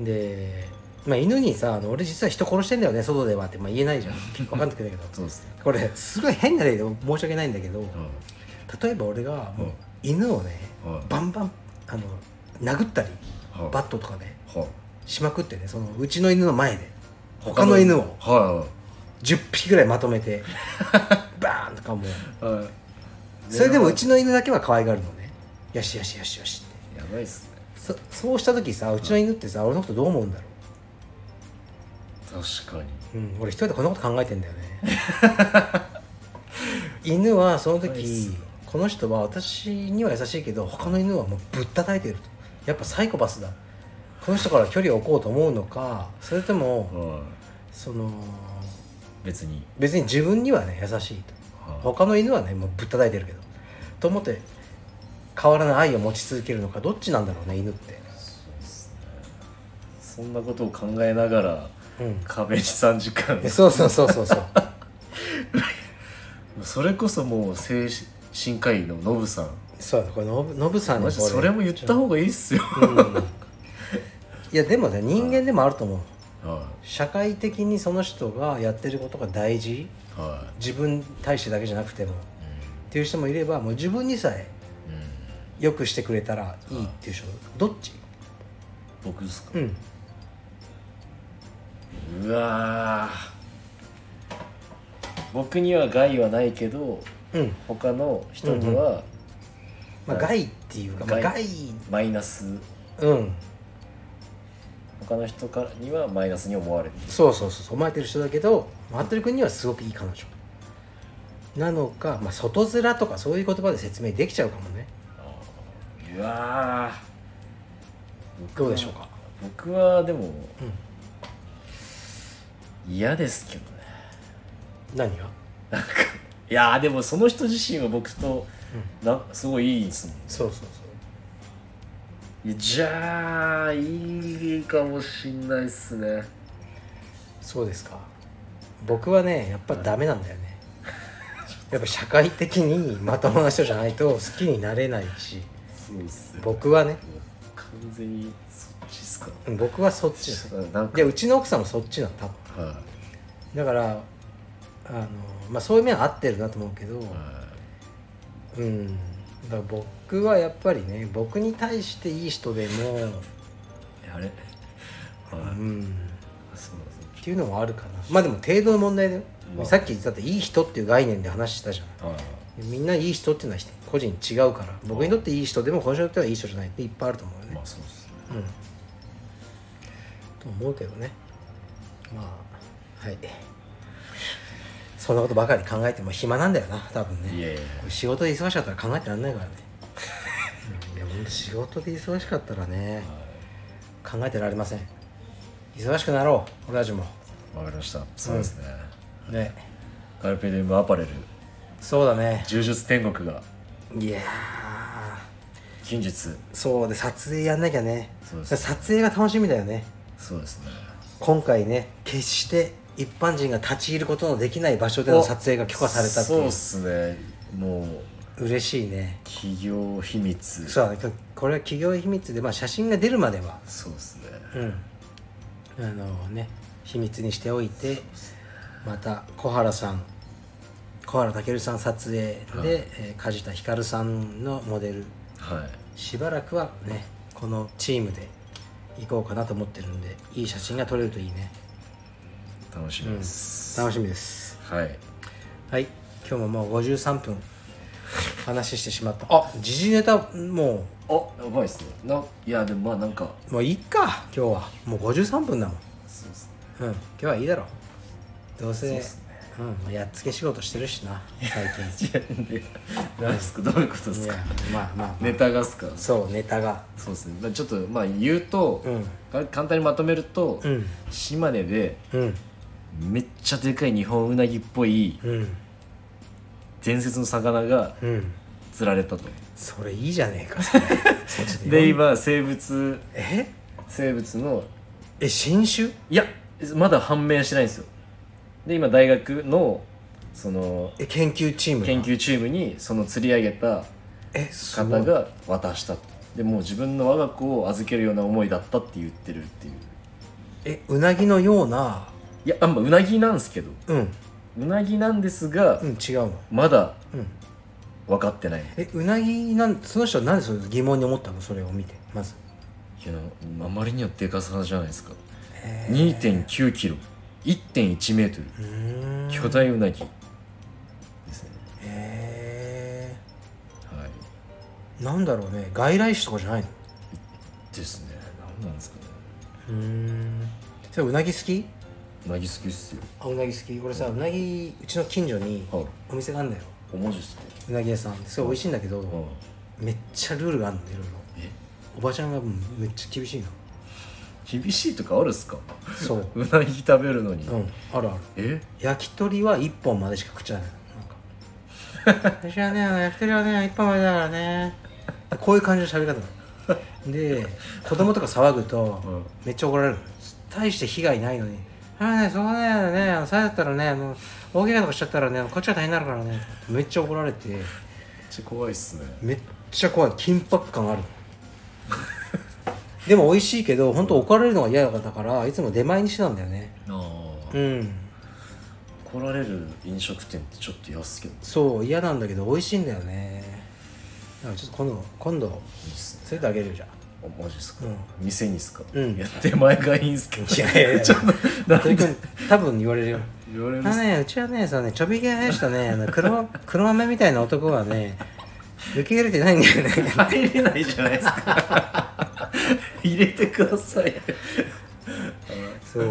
Speaker 1: で、まあ、犬にさあの「俺実は人殺してんだよね外では」って、まあ、言えないじゃん 分かんなくないけど
Speaker 2: いそうっすね
Speaker 1: これすごい変な例で申し訳ないんだけど
Speaker 2: は
Speaker 1: 例えば俺がもう
Speaker 2: はい
Speaker 1: 犬をね
Speaker 2: はい
Speaker 1: バンバンあの殴ったり
Speaker 2: はい
Speaker 1: バットとかで、
Speaker 2: いはい
Speaker 1: しまくってねそのうちの犬の前で他の犬を
Speaker 2: は
Speaker 1: 10匹ぐらいまとめ てバーンとかもう
Speaker 2: いはいはい
Speaker 1: それでもうちの犬だけは可愛がるのねよしよしよしよしって
Speaker 2: やばいっすね
Speaker 1: そそうした時さうちの犬ってさ俺のことどう思うんだろう
Speaker 2: 確かに
Speaker 1: うん、俺一人でこんなこと考えてんだよね 犬はその
Speaker 2: ナイ
Speaker 1: 時
Speaker 2: ス
Speaker 1: この人は私には優しいけど他の犬はもうぶったたいてるとやっぱサイコパスだこの人から距離を置こうと思うのかそれとも、
Speaker 2: は
Speaker 1: その
Speaker 2: い別に
Speaker 1: 別に自分にはね優しいと
Speaker 2: は
Speaker 1: 他の犬はねもうぶったたいてるけどと思って変わらない愛を持ち続けるのかどっちなんだろうね犬って、
Speaker 2: いそうですねそんなことを考えながら
Speaker 1: うん
Speaker 2: 壁に3時間
Speaker 1: で、そうそうそうそう そう
Speaker 2: それこそもう精神科医のノブさん
Speaker 1: そうだこれノブノブさん
Speaker 2: マジそれも言った方がいいっすよ、
Speaker 1: うんいやでもね人間でもあると思う
Speaker 2: は
Speaker 1: 社会的にその人がやってることが大事
Speaker 2: いは
Speaker 1: 自分に対してだけじゃなくてもっ
Speaker 2: い
Speaker 1: ていう人もいればもう自分にさえ
Speaker 2: うん、うん、
Speaker 1: 良くしてくれたらいいっていう人どっち
Speaker 2: 僕ですか、
Speaker 1: うん
Speaker 2: うわー僕には害はないけど
Speaker 1: うん
Speaker 2: 他の人には
Speaker 1: まあ害っていうか、まあ、害
Speaker 2: 害マイナス、
Speaker 1: うん
Speaker 2: 他の人からにはマイナスに思われてる
Speaker 1: そうそうそう思えてる人だけど服部君にはすごくいい彼女なのか、まあ、外面とかそういう言葉で説明できちゃうかもね
Speaker 2: うわー僕
Speaker 1: ど
Speaker 2: は
Speaker 1: うでしょうか
Speaker 2: 僕はでも嫌ですけどね
Speaker 1: 何が
Speaker 2: いやーでもその人自身は僕となすごいいいんですもん
Speaker 1: そうそうそう
Speaker 2: いやじゃあいいかもしんないっすね
Speaker 1: そうですか僕はねやっぱダメなんだよね、やっぱ社会的にまともな人じゃないと好きになれないし
Speaker 2: そうっすね
Speaker 1: 僕はね
Speaker 2: 完全にそっちっすか
Speaker 1: うん僕はそっちです
Speaker 2: なんか
Speaker 1: でうちの奥さんもそっちなの多分
Speaker 2: は
Speaker 1: だからあの、まあ、そういう面は合ってるなと思うけど
Speaker 2: いは
Speaker 1: うんだから僕はやっぱりね僕に対していい人で
Speaker 2: いあれ
Speaker 1: も、
Speaker 2: は
Speaker 1: うん、
Speaker 2: いそうなんですよ
Speaker 1: っていうのはあるかなまあでも程度の問題だよ、
Speaker 2: まあ
Speaker 1: さっきだっていい人っていう概念で話してたじゃん
Speaker 2: はい
Speaker 1: みんないい人っていうのは個人違うから僕にとっていい人でもこの人にとってはいい人じゃないっていっぱいあると思うよね
Speaker 2: まあ、そうっすね
Speaker 1: うんと思うけどねまあはいそんなことばかり考えても暇なんだよな多分
Speaker 2: い
Speaker 1: ね
Speaker 2: やいや
Speaker 1: これ仕事で忙しかったら考えてらんないからねうんいや本当仕事で忙しかったらね考えてられません忙しくなろう俺たちも
Speaker 2: わかりましたそうですね、
Speaker 1: ね
Speaker 2: カルペディウムアパレル
Speaker 1: そうだね
Speaker 2: 柔術天国が
Speaker 1: いやー
Speaker 2: 近日
Speaker 1: そうで撮影やんなきゃね
Speaker 2: そうですね
Speaker 1: 撮影が楽しみだよね
Speaker 2: そうですね
Speaker 1: 今回ね決して一般人が立ち入ることのできない場所での撮影が許可されたって
Speaker 2: そう
Speaker 1: い
Speaker 2: っ
Speaker 1: う
Speaker 2: すねもう
Speaker 1: 嬉しいね
Speaker 2: 企業秘密
Speaker 1: そうだねここれは企業秘密で、まあ、写真が出るまでは
Speaker 2: そうっすね
Speaker 1: うんあのね秘密にしておいてまた小原さん小原武さん撮影で、
Speaker 2: はい
Speaker 1: えー梶田ひかるさんのモデル
Speaker 2: はい
Speaker 1: しばらくはねこのチームで行こうかなと思ってるんでいい写真が撮れるといいね
Speaker 2: 楽しみです、
Speaker 1: 楽しみです
Speaker 2: はい
Speaker 1: はい今日ももう53分話してしまったあ時事ネタも
Speaker 2: あやばいっすねないやでもまあなんか
Speaker 1: うもういいか今日はもう53分だもん
Speaker 2: そうっすね
Speaker 1: うん今日はいいだろどうせ
Speaker 2: そううっす
Speaker 1: ん、やっつけ仕事してるしな最 近
Speaker 2: いやで何ですかどういうことで
Speaker 1: い
Speaker 2: す
Speaker 1: や
Speaker 2: か
Speaker 1: まあまあ、まあ
Speaker 2: ネタがっすか
Speaker 1: そうネタが
Speaker 2: そうっすねまあちょっとまあ言うと、
Speaker 1: うん
Speaker 2: か簡単にまとめると、
Speaker 1: うん
Speaker 2: 島根で
Speaker 1: うん
Speaker 2: めっちゃでかい日本ウナギっぽい
Speaker 1: うん
Speaker 2: 伝説の魚が
Speaker 1: うん
Speaker 2: 釣られたと
Speaker 1: それいいじゃねえか それそっち
Speaker 2: で今生物
Speaker 1: え
Speaker 2: 生物の
Speaker 1: え新種
Speaker 2: いやまだ判明してないんですよで今大学のその
Speaker 1: え研究チームが
Speaker 2: 研究チームにその釣り上げた
Speaker 1: えすごい
Speaker 2: 方が渡したとでもう自分の我が子を預けるような思いだったって言ってるっていう
Speaker 1: えうなぎのようない
Speaker 2: やあまあうなぎなんですけど
Speaker 1: うん
Speaker 2: うなぎなんですが、
Speaker 1: うん違うの
Speaker 2: まだ
Speaker 1: うん
Speaker 2: 分かってない
Speaker 1: えうなぎなんその人はなんでそれ疑問に思ったのそれを見てまず
Speaker 2: いやあまりにはでかさじゃないですか2 9キロ1 1メートル
Speaker 1: うーん
Speaker 2: 巨大うなぎですね、
Speaker 1: へ
Speaker 2: はい
Speaker 1: ーなんだろうね外来種とかじゃないの
Speaker 2: ですね何なんですかね
Speaker 1: うーんそれうなぎ好き
Speaker 2: なぎ好きっすよ
Speaker 1: あうなぎ好き俺さうなぎうちの近所に
Speaker 2: はい
Speaker 1: お店があんだよ
Speaker 2: おマジっすか
Speaker 1: うなぎ屋さんすごい美味しいんだけど、
Speaker 2: うん
Speaker 1: めっちゃルールがあるのいろいろ
Speaker 2: え
Speaker 1: おばちゃんがもうめっちゃ厳しいの
Speaker 2: 厳しいとかあるっすか
Speaker 1: そう
Speaker 2: うなぎ食べるのに、
Speaker 1: うんあるある
Speaker 2: え
Speaker 1: 焼き鳥は1本までしか食っちゃダメなのなんか私はねあの焼き鳥はね1本までだからねこういう感じの喋り方なので子供とか騒ぐと、
Speaker 2: うん
Speaker 1: めっちゃ怒られるの大して被害ないのに「ああねそこねあのねあのさだったらねあの大怪我とかしちゃったらねこっちが大変になるからね」めっちゃ怒られて
Speaker 2: めっちゃ怖いっすね
Speaker 1: めっちゃ怖い緊迫感あるでも美味しいけど本当怒られるのが嫌だからいつも出前にしてたんだよね
Speaker 2: ああ
Speaker 1: うん
Speaker 2: 来られる飲食店ってちょっと安けどい
Speaker 1: そう嫌なんだけど美味しいんだよねだからちょっと今度今度
Speaker 2: いっすね
Speaker 1: 連れてあげるよじゃん
Speaker 2: あマジっすか、
Speaker 1: うん
Speaker 2: 店にっすか、
Speaker 1: うん
Speaker 2: いや手前がいいんすけど
Speaker 1: いやいやいや
Speaker 2: ちょっとなん
Speaker 1: 鳥くん
Speaker 2: で
Speaker 1: 多分言われるよ
Speaker 2: 言わ
Speaker 1: あ
Speaker 2: れるっ
Speaker 1: の
Speaker 2: す
Speaker 1: ねうちはねそのねちょびひげ生やしたねあの黒 黒豆みたいな男はね受け入れてないんだよね
Speaker 2: 入れないじゃないですか入れてください
Speaker 1: そう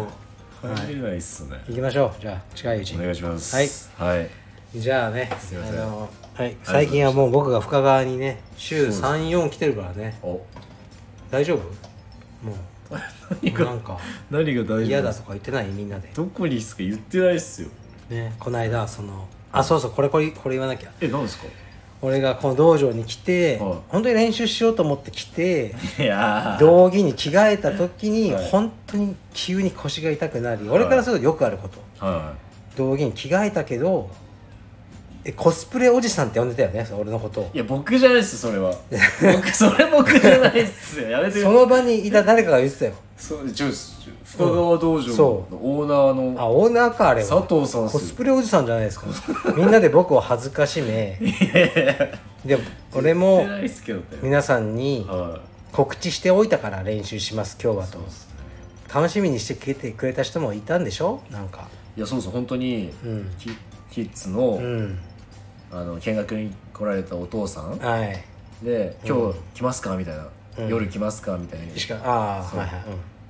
Speaker 2: 入れないっすね、
Speaker 1: 行きましょうじゃあ近いうち
Speaker 2: お
Speaker 1: に
Speaker 2: 願いしますはい、はい、
Speaker 1: じゃあね
Speaker 2: すいません
Speaker 1: あの、はい、最近はもう僕が深川にね週34来てるからね
Speaker 2: お
Speaker 1: 大丈夫もうもうなんか
Speaker 2: 何が大丈夫ですか
Speaker 1: 嫌だとか言ってないみんなで
Speaker 2: どこにっすか言ってないっすよ
Speaker 1: ねこの間そのあそうそうこれこれこれ言わなきゃ
Speaker 2: えなんですか
Speaker 1: 俺がこの道場に来て、
Speaker 2: はい
Speaker 1: 本当に練習しようと思って来て
Speaker 2: いやー
Speaker 1: 道着に着替えた時に、
Speaker 2: はい
Speaker 1: 本当に急に腰が痛くなり俺からするとよくあること、
Speaker 2: は
Speaker 1: 道着に着替えたけどえコスプレおじさんって呼んでたよねそう俺のことを
Speaker 2: いいや僕じゃないっすそれは僕それ僕じゃないっすよやめて
Speaker 1: その場にいた誰かが言ってたよ
Speaker 2: そうちょちょ深川道場の
Speaker 1: そ
Speaker 2: オーナーの
Speaker 1: あオーナーかあれは
Speaker 2: 佐藤さんっす
Speaker 1: コ
Speaker 2: よ
Speaker 1: スプレおじさんじゃない ですかみんなで僕を恥ずかしめで俺
Speaker 2: 言
Speaker 1: も
Speaker 2: ってないっすけどね
Speaker 1: 皆さんに
Speaker 2: は
Speaker 1: 告知しておいたから練習します今日はい
Speaker 2: そ
Speaker 1: と
Speaker 2: うっすね
Speaker 1: 楽しみにしてきてくれた人もいたんでしょなんか
Speaker 2: いやそうそう本当に、
Speaker 1: うん
Speaker 2: キキッズの,、
Speaker 1: うん
Speaker 2: あの見学に来られたお父さん
Speaker 1: はい
Speaker 2: で「今日来ますか?」みたいな、
Speaker 1: うん
Speaker 2: 夜来ますか?」みたいに
Speaker 1: しかああ
Speaker 2: そう
Speaker 1: はいはい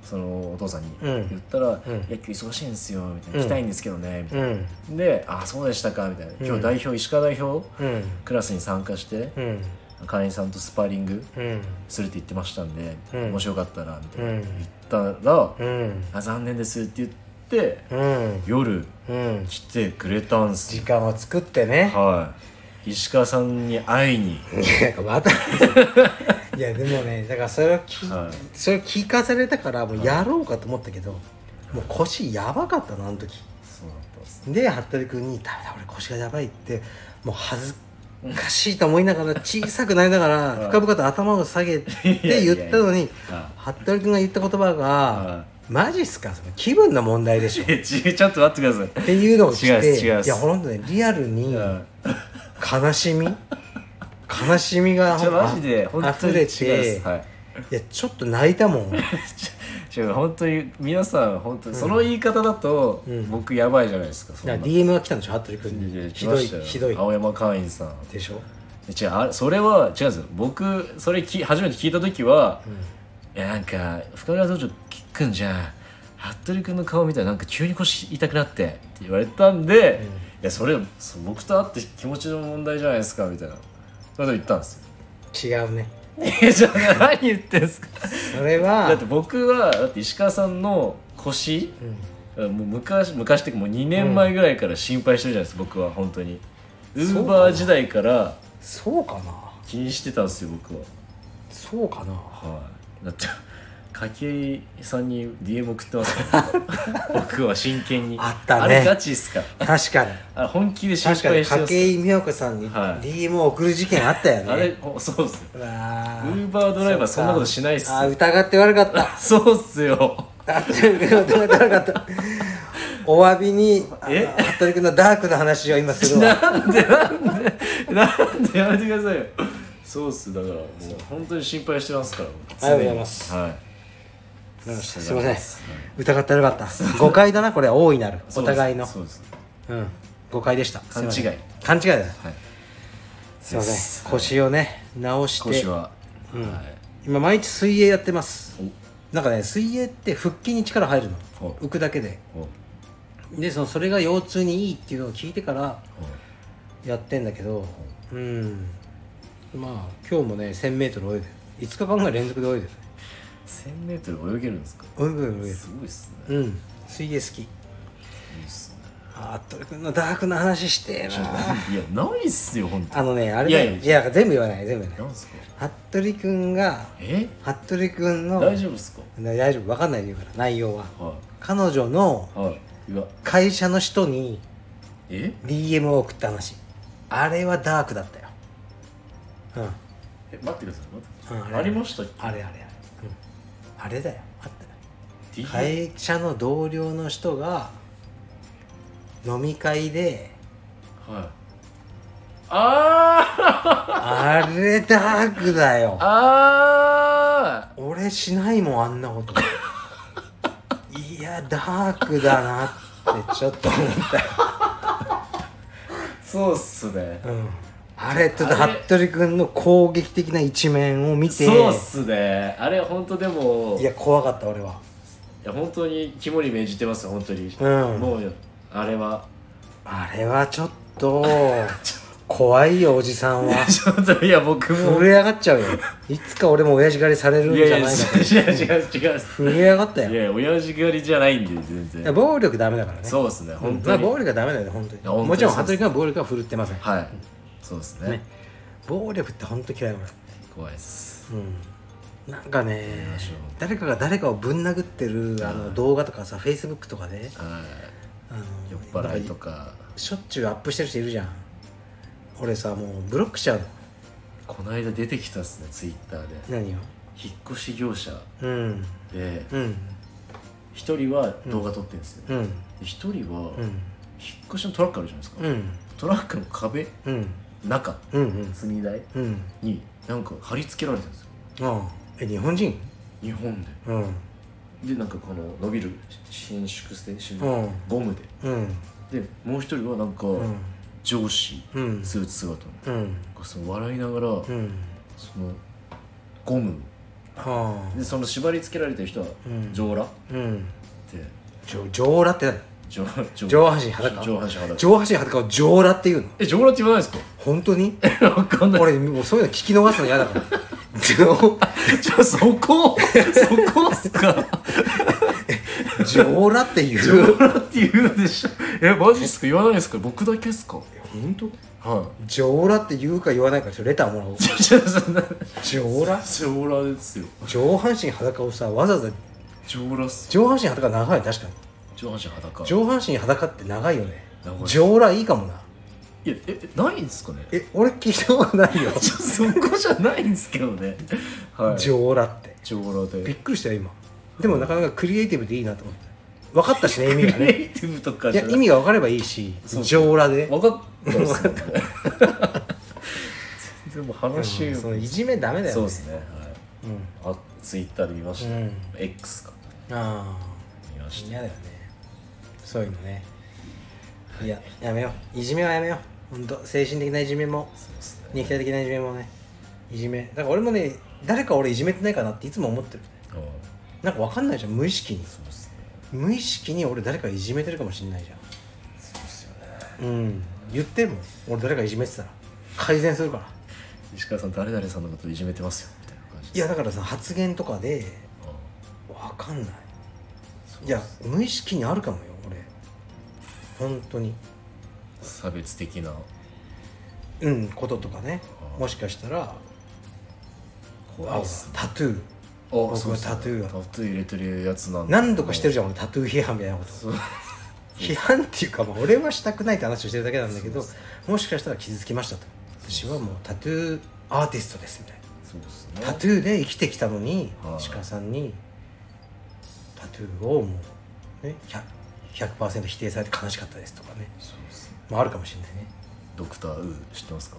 Speaker 2: そのお父さんに
Speaker 1: うん
Speaker 2: 言ったら「
Speaker 1: ん
Speaker 2: いや今日忙しいんですよ」みたいな、
Speaker 1: うん
Speaker 2: 来たいんですけどね」みたい
Speaker 1: うん
Speaker 2: なで「あそうでしたか」みたいな「今日代表、石川代表
Speaker 1: うん
Speaker 2: クラスに参加して、
Speaker 1: うん
Speaker 2: 会員さんとスパーリング
Speaker 1: うん
Speaker 2: するって言ってましたんで、
Speaker 1: うん
Speaker 2: もしよかったら」みたいな、
Speaker 1: うん
Speaker 2: 言ったら「
Speaker 1: うん
Speaker 2: あ残念です」って言って
Speaker 1: うん
Speaker 2: 夜
Speaker 1: うん
Speaker 2: 来てくれたんす
Speaker 1: 時
Speaker 2: よ
Speaker 1: 間を作ってね
Speaker 2: はい石川さんに会いに、
Speaker 1: なんかまた いやでもねだからそれを聞,、
Speaker 2: はい
Speaker 1: それを聞かされたからもうやろうかと思ったけど、もう腰やばかったのあの時
Speaker 2: そうだったんです
Speaker 1: で服部君に「ダメだ俺腰がやばい」ってもう恥ずかしいと思いながら小さくなりながら
Speaker 2: はい
Speaker 1: 深々と頭を下げて言ったのに服部君が言った言葉が
Speaker 2: は
Speaker 1: 「マジっすかその気分の問題で しょ」
Speaker 2: えちちょっと待ってくださ
Speaker 1: っていうのをし
Speaker 2: 違うで
Speaker 1: て
Speaker 2: す違うで
Speaker 1: い
Speaker 2: す
Speaker 1: やほんとねリアルに
Speaker 2: い、はい
Speaker 1: 悲しみ悲しみが
Speaker 2: ちょマジで本当
Speaker 1: 溢
Speaker 2: に違
Speaker 1: れ
Speaker 2: う
Speaker 1: て
Speaker 2: ですはい
Speaker 1: いやちょっと泣いた もん
Speaker 2: ちょ本当に皆さん本当にその言い方だと
Speaker 1: うん
Speaker 2: 僕やばいじゃないですかそんな
Speaker 1: なんか DM が来たんでしょ服部君
Speaker 2: いやいや
Speaker 1: にひ
Speaker 2: 来
Speaker 1: ど
Speaker 2: ま
Speaker 1: い
Speaker 2: したよ
Speaker 1: ひどい
Speaker 2: 青山会員さん
Speaker 1: でしょ
Speaker 2: 違うあそれは違うんですよ僕それき初めて聞いた時は、いやなんか深川道場聞くんじゃん服部君の顔見たらなんか急に腰痛くなってって言われたんで、いやそれそ僕と会って気持ちの問題じゃないですかみたいなそれで言ったんですよ
Speaker 1: 違うね
Speaker 2: えじゃあ何言ってんすか
Speaker 1: それは
Speaker 2: だって僕はだって石川さんの腰、
Speaker 1: うん
Speaker 2: もう昔昔っていうかもう2年前ぐらいから心配してるじゃないですか、僕は本当にウ
Speaker 1: そうか
Speaker 2: ー
Speaker 1: な
Speaker 2: バー時代から
Speaker 1: そうかな
Speaker 2: 気にしてたんですよ僕は
Speaker 1: そうかな
Speaker 2: はいだって筧さんに DM 送っ てますから僕は真剣に
Speaker 1: あったね
Speaker 2: あれガチっすか
Speaker 1: 確かに
Speaker 2: あ本気で心
Speaker 1: 確かに
Speaker 2: 配してます
Speaker 1: 筧美和子さんに
Speaker 2: はい
Speaker 1: DM を送る事件あったよね、
Speaker 2: あれおそうっすよ
Speaker 1: う
Speaker 2: ウ
Speaker 1: わー
Speaker 2: ーバードライバーそんなことしないっす
Speaker 1: あー
Speaker 2: よ
Speaker 1: 疑って悪かった
Speaker 2: そうっすよ
Speaker 1: 疑って悪かったお詫びにあ
Speaker 2: え
Speaker 1: 服部君のダークな話を今するわ
Speaker 2: なんでなんでなんでやめてくださいよそうっすだからもう本当に心配してますから
Speaker 1: ありがとうございます
Speaker 2: はい
Speaker 1: すいません疑って悪かった誤解だなこれは大いなるお互いの
Speaker 2: そうですそうで
Speaker 1: うん誤解でした
Speaker 2: 勘違い
Speaker 1: すません勘違いだ
Speaker 2: すはい
Speaker 1: すいま
Speaker 2: で
Speaker 1: せ
Speaker 2: す
Speaker 1: ん腰をね直して
Speaker 2: 腰は、
Speaker 1: うん
Speaker 2: はい
Speaker 1: 今毎日水泳やってます
Speaker 2: お
Speaker 1: なんかね水泳って腹筋に力入るの
Speaker 2: はい
Speaker 1: 浮くだけで
Speaker 2: お
Speaker 1: でそのそれが腰痛にいいっていうのを聞いてからやってんだけどうんまあ今日もね 1000m 泳いでる5日間ぐらい連続で泳いでる
Speaker 2: 1000m 泳げるんですか
Speaker 1: 泳ぐ泳いです
Speaker 2: ごいっすね
Speaker 1: るうん水泳好き
Speaker 2: いいっすね
Speaker 1: あっ鳥くんのダークな話してえない
Speaker 2: やないっすよ本当
Speaker 1: あのねあれ
Speaker 2: いやい
Speaker 1: ね
Speaker 2: や
Speaker 1: いや全部言わない全部言わない
Speaker 2: なんすか
Speaker 1: 服部くんが
Speaker 2: え
Speaker 1: 服部くんの
Speaker 2: 大丈夫っすか
Speaker 1: な大丈夫わかんないで言うから内容は
Speaker 2: は
Speaker 1: 彼女の
Speaker 2: いはいうわ
Speaker 1: 会社の人に
Speaker 2: え
Speaker 1: DM を送った話あれはダークだったようん
Speaker 2: え待ってください待ってくだ
Speaker 1: うんあ
Speaker 2: さい
Speaker 1: れ
Speaker 2: ありましたっ
Speaker 1: あれあれあれ、うん、あれだよあったよ
Speaker 2: け DM
Speaker 1: 会社の同僚の人が飲み会で
Speaker 2: はいあー
Speaker 1: あれダークだよ
Speaker 2: あ
Speaker 1: 俺しないもんあんなこといやダークだなってちょっと思ったよ、
Speaker 2: ーそうっすね
Speaker 1: うん、あれちょっと
Speaker 2: あれ
Speaker 1: 服部君の攻撃的な一面を見て
Speaker 2: そうっすねあれ本当でも
Speaker 1: い
Speaker 2: いや
Speaker 1: や怖かった俺は
Speaker 2: 本当に肝に銘じてますよ本当に、
Speaker 1: うん
Speaker 2: もうあれは
Speaker 1: あれはちょっと怖いよおじさん は
Speaker 2: ちょっといや僕も
Speaker 1: 震え上がっちゃうよいつか俺も親父狩りされるん
Speaker 2: い
Speaker 1: じ
Speaker 2: や
Speaker 1: ゃ
Speaker 2: いや
Speaker 1: ないかと
Speaker 2: 違う違う違う
Speaker 1: 震え上がった
Speaker 2: い
Speaker 1: よ
Speaker 2: や親父狩りじゃないんで全
Speaker 1: いや
Speaker 2: 然
Speaker 1: 暴力ダメだからね
Speaker 2: そうですね本
Speaker 1: ま
Speaker 2: 当
Speaker 1: あ
Speaker 2: に、
Speaker 1: 暴力はダメだよね本当に
Speaker 2: いや本当に
Speaker 1: もちろん
Speaker 2: そう
Speaker 1: 服部君は暴力は振るってません、
Speaker 2: はいそうですね
Speaker 1: ね、暴力って本当嫌い俺
Speaker 2: 怖いっす
Speaker 1: うんなんかね
Speaker 2: ましょう
Speaker 1: 誰かが誰かをぶん殴ってるあの動画とかさフェイスブックとかで
Speaker 2: は
Speaker 1: あの
Speaker 2: い酔っ払いとか
Speaker 1: しょっちゅうアップしてる人いるじゃん俺さもうブロックしちゃうの
Speaker 2: この間出てきたっすねツイッターで
Speaker 1: 何よ
Speaker 2: 引っ越し業者
Speaker 1: うん
Speaker 2: で
Speaker 1: うん
Speaker 2: 一人は動画撮ってるんですよ
Speaker 1: う
Speaker 2: で
Speaker 1: ん
Speaker 2: 一、人は
Speaker 1: うん
Speaker 2: 引っ越しのトラックあるじゃないですか、
Speaker 1: うん
Speaker 2: トラックの壁
Speaker 1: うん
Speaker 2: 中
Speaker 1: うんうん
Speaker 2: 積み台
Speaker 1: うん
Speaker 2: になんか貼り付けられてるんですよ
Speaker 1: ああえ日本人
Speaker 2: 日本で
Speaker 1: うん
Speaker 2: でなんかこの伸びる伸縮性伸
Speaker 1: うん
Speaker 2: ゴム
Speaker 1: うん
Speaker 2: ででもう一人はなんか
Speaker 1: うん
Speaker 2: 上司、
Speaker 1: うん
Speaker 2: スーツ姿の
Speaker 1: うん
Speaker 2: なんかその笑いながら、
Speaker 1: うん
Speaker 2: そのゴム
Speaker 1: は
Speaker 2: でその縛り付けられてる人は
Speaker 1: うん
Speaker 2: 上裸
Speaker 1: あうん
Speaker 2: で
Speaker 1: 上上裸って
Speaker 2: 上上
Speaker 1: 何上半身裸
Speaker 2: 上半身裸
Speaker 1: 上半身裸を上裸って言うの
Speaker 2: え上裸って言わないですか
Speaker 1: 本当に
Speaker 2: わかん ない
Speaker 1: 俺もうそういうの聞き逃すの嫌だから上
Speaker 2: じゃあそ こそこっすか
Speaker 1: 上裸ってい
Speaker 2: 上
Speaker 1: う
Speaker 2: 裸って言うでしょえマジっすか言わないですか僕だけっすか
Speaker 1: 本当
Speaker 2: は
Speaker 1: 上裸って言うか言わないかちょっとレターもらおう
Speaker 2: いちょちょそんな
Speaker 1: 上裸
Speaker 2: 上裸ですよ
Speaker 1: 上半身裸をさわざわざ
Speaker 2: 上裸っす
Speaker 1: 上半身裸長い確かに
Speaker 2: 上半身裸
Speaker 1: 上半身裸って長いよね
Speaker 2: 長い
Speaker 1: 上裸いいかもない
Speaker 2: やええないんですかね
Speaker 1: え俺聞いたことないよ
Speaker 2: ちょそこじゃないんですけどねはい
Speaker 1: 上裸って
Speaker 2: 上裸
Speaker 1: びっ
Speaker 2: で
Speaker 1: くりしたよ今でもなかなかクリエイティブでいいなと思って分かったしね意味が
Speaker 2: クリ
Speaker 1: ね
Speaker 2: エイティブとか
Speaker 1: い
Speaker 2: じ
Speaker 1: や
Speaker 2: ゃない
Speaker 1: 意味が分かればいいし
Speaker 2: そう
Speaker 1: 上裸で
Speaker 2: 分かったっすね全然もう話
Speaker 1: うんその
Speaker 2: を
Speaker 1: いじめダメだよ
Speaker 2: そう
Speaker 1: ね
Speaker 2: ですね、はい、
Speaker 1: うん
Speaker 2: あツイッターで見ました、
Speaker 1: うん
Speaker 2: X か
Speaker 1: あ
Speaker 2: 見ま
Speaker 1: あ
Speaker 2: した
Speaker 1: 嫌だよねそういうのねいややめよういじめはやめようほんと精神的ないじめも
Speaker 2: そうですね
Speaker 1: 肉体的ないじめもねいじめだから俺もね誰か俺いじめてないかなっていつも思ってる
Speaker 2: ああ
Speaker 1: なんかわかんないじゃん無意識に
Speaker 2: そうですね
Speaker 1: 無意識に俺誰かいじめてるかもしんないじゃ
Speaker 2: そうですよね
Speaker 1: んうん言ってもん俺誰かいじめてたら改善するから
Speaker 2: 石川さん誰々さんのこといじめてますよみたいな感じ
Speaker 1: いやだからさ発言とかで
Speaker 2: ああ
Speaker 1: わかんない
Speaker 2: そう
Speaker 1: いや無意識にあるかもよ俺本当に
Speaker 2: 差別的な
Speaker 1: うんこととかね
Speaker 2: あー
Speaker 1: もしかしたら
Speaker 2: 怖いっすね
Speaker 1: タトゥー
Speaker 2: あ
Speaker 1: 僕
Speaker 2: そうっ
Speaker 1: は
Speaker 2: すね
Speaker 1: タトゥー
Speaker 2: タ
Speaker 1: は
Speaker 2: トゥー入れてるやつなんだ
Speaker 1: 何度かしてるじゃん俺タトゥー批判みたいなこと
Speaker 2: そう
Speaker 1: 批判っていうか、まあ、俺はしたくないって話をしてるだけなんだけどもしかしたら傷つきましたと私はもうタトゥーアーティストですみたい
Speaker 2: そうです
Speaker 1: なタ
Speaker 2: ね
Speaker 1: トゥーで生きてきたのに
Speaker 2: はい
Speaker 1: 鹿さんにタトゥーをもう、ね、100%, 100否定されて悲しかったですとかね、
Speaker 2: そうですね
Speaker 1: まあ、あるかもしれないね
Speaker 2: ドクター・ウー知ってますか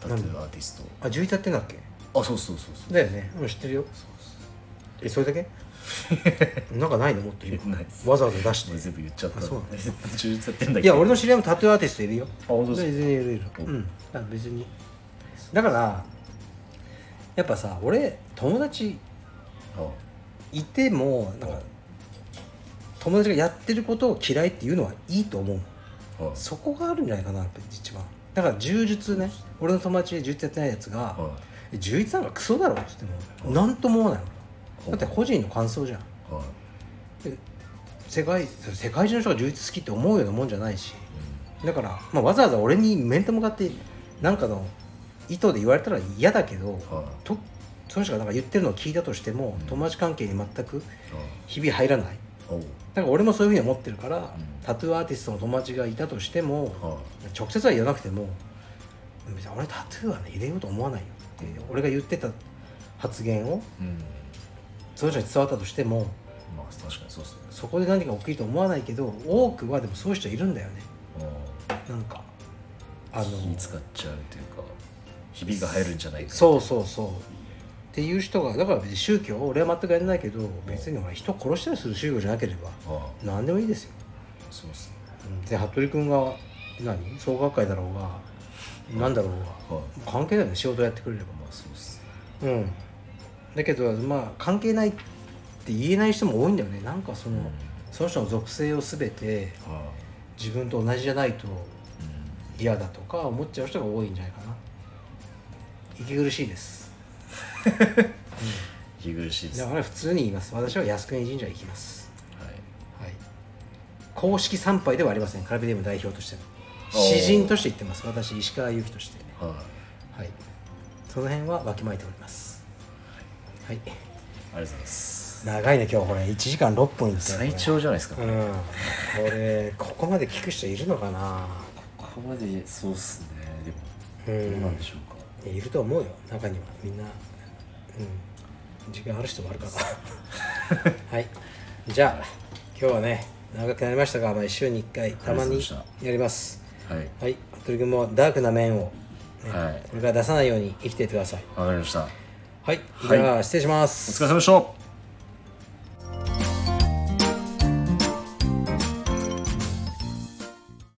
Speaker 2: タトゥーアーティス
Speaker 1: あ11やってんだっけ
Speaker 2: トあそうそうそうそう
Speaker 1: だよねうん知ってるよえそれだけ なんかないのもっと今
Speaker 2: ないです
Speaker 1: わざわざ出して
Speaker 2: 俺全部言っちゃった
Speaker 1: あそう なん
Speaker 2: ね充実やってんだけど
Speaker 1: いや俺の知り合いもタトゥーアーティストいるよあ
Speaker 2: 本当ですか
Speaker 1: 別にいるいる
Speaker 2: お
Speaker 1: うんだから別にだからやっぱさ俺友達
Speaker 2: あ
Speaker 1: いてもなんか友達がやってることを嫌いっていうのはいいと思う
Speaker 3: はい
Speaker 1: そこがあるんじゃないかなやっぱ一番だから柔術ね俺の友達で柔術やってないやつが
Speaker 3: は
Speaker 1: 「え柔術なんかクソだろ」って言っても何とも思わないのだって個人の感想じゃん
Speaker 3: いはい
Speaker 1: 世界世界中の人が充実好きって思うようなもんじゃないしだから、まあ、わざわざ俺に面と向かってなんかの意図で言われたら嫌だけど、
Speaker 3: はい
Speaker 1: とその人がなんか言ってるのを聞いたとしても、友達関係に全く
Speaker 3: はい
Speaker 1: ひび入らない
Speaker 3: おう
Speaker 1: だから俺もそういうふうに思ってるから、
Speaker 3: ん
Speaker 1: タトゥーアーティストの友達がいたとしても、
Speaker 3: は
Speaker 1: 直接は言わなくても別に俺タトゥーはね入れようと思わないよって俺が言ってた発言を
Speaker 3: いうん
Speaker 1: その人に伝わったとしても
Speaker 3: まあ確かにそうっすね
Speaker 1: そこで何か起きると思わないけど多くはでもそういう人いるんだよねなんかあ
Speaker 3: あ
Speaker 1: の
Speaker 3: の気使っちゃうというかひびが入るんじゃないか
Speaker 1: そうそうそうっていう人がだから別に宗教俺は全くやらないけど別に俺人殺したりする宗教じゃなければ
Speaker 3: は
Speaker 1: 何でもいいですよ
Speaker 3: いそうっすね
Speaker 1: うんで服部君が何総学会だろうが何だろうが
Speaker 3: はい
Speaker 1: 関係ないよね仕事やってくれれば
Speaker 3: まあそうっすね
Speaker 1: うん、だけどまあ関係ないって言えない人も多いんだよねなんかその、
Speaker 3: うん
Speaker 1: その人の属性を全て
Speaker 3: は
Speaker 1: 自分と同じじゃないと
Speaker 3: いうん
Speaker 1: 嫌だとか思っちゃう人が多いんじゃないかな息苦しいです
Speaker 3: 息苦しいです
Speaker 1: だ
Speaker 3: は
Speaker 1: から普通に言います私は靖国神社へ行きます
Speaker 3: い
Speaker 1: はい公式参拝ではありませんカラビデーム代表としての
Speaker 3: おー
Speaker 1: 詩人として言ってます私石川祐希として
Speaker 3: はい
Speaker 1: はいその辺はわきまえておりますはい
Speaker 3: ありがとうございます
Speaker 1: 長いね今日これ1時間6分いって
Speaker 3: 最長じゃないですか
Speaker 1: うん、これここまで聞く人いるのかな
Speaker 3: ここまでそうっすね
Speaker 1: う
Speaker 3: でもどうなんんでしょうか
Speaker 1: いると思うよ中にはみんなうん時間ある人もあるから はいじゃあ今日はね長くなりましたが、まあ、週に1回たま
Speaker 3: あり
Speaker 1: に
Speaker 3: がとうございま
Speaker 1: やります
Speaker 3: はい
Speaker 1: はい服部君もダークな面を、ね
Speaker 3: はい
Speaker 1: これから出さないように生きていってください
Speaker 3: わかりました
Speaker 1: はい、
Speaker 3: はい
Speaker 1: じゃあ失礼しま
Speaker 3: お
Speaker 1: す
Speaker 3: 疲れ様でした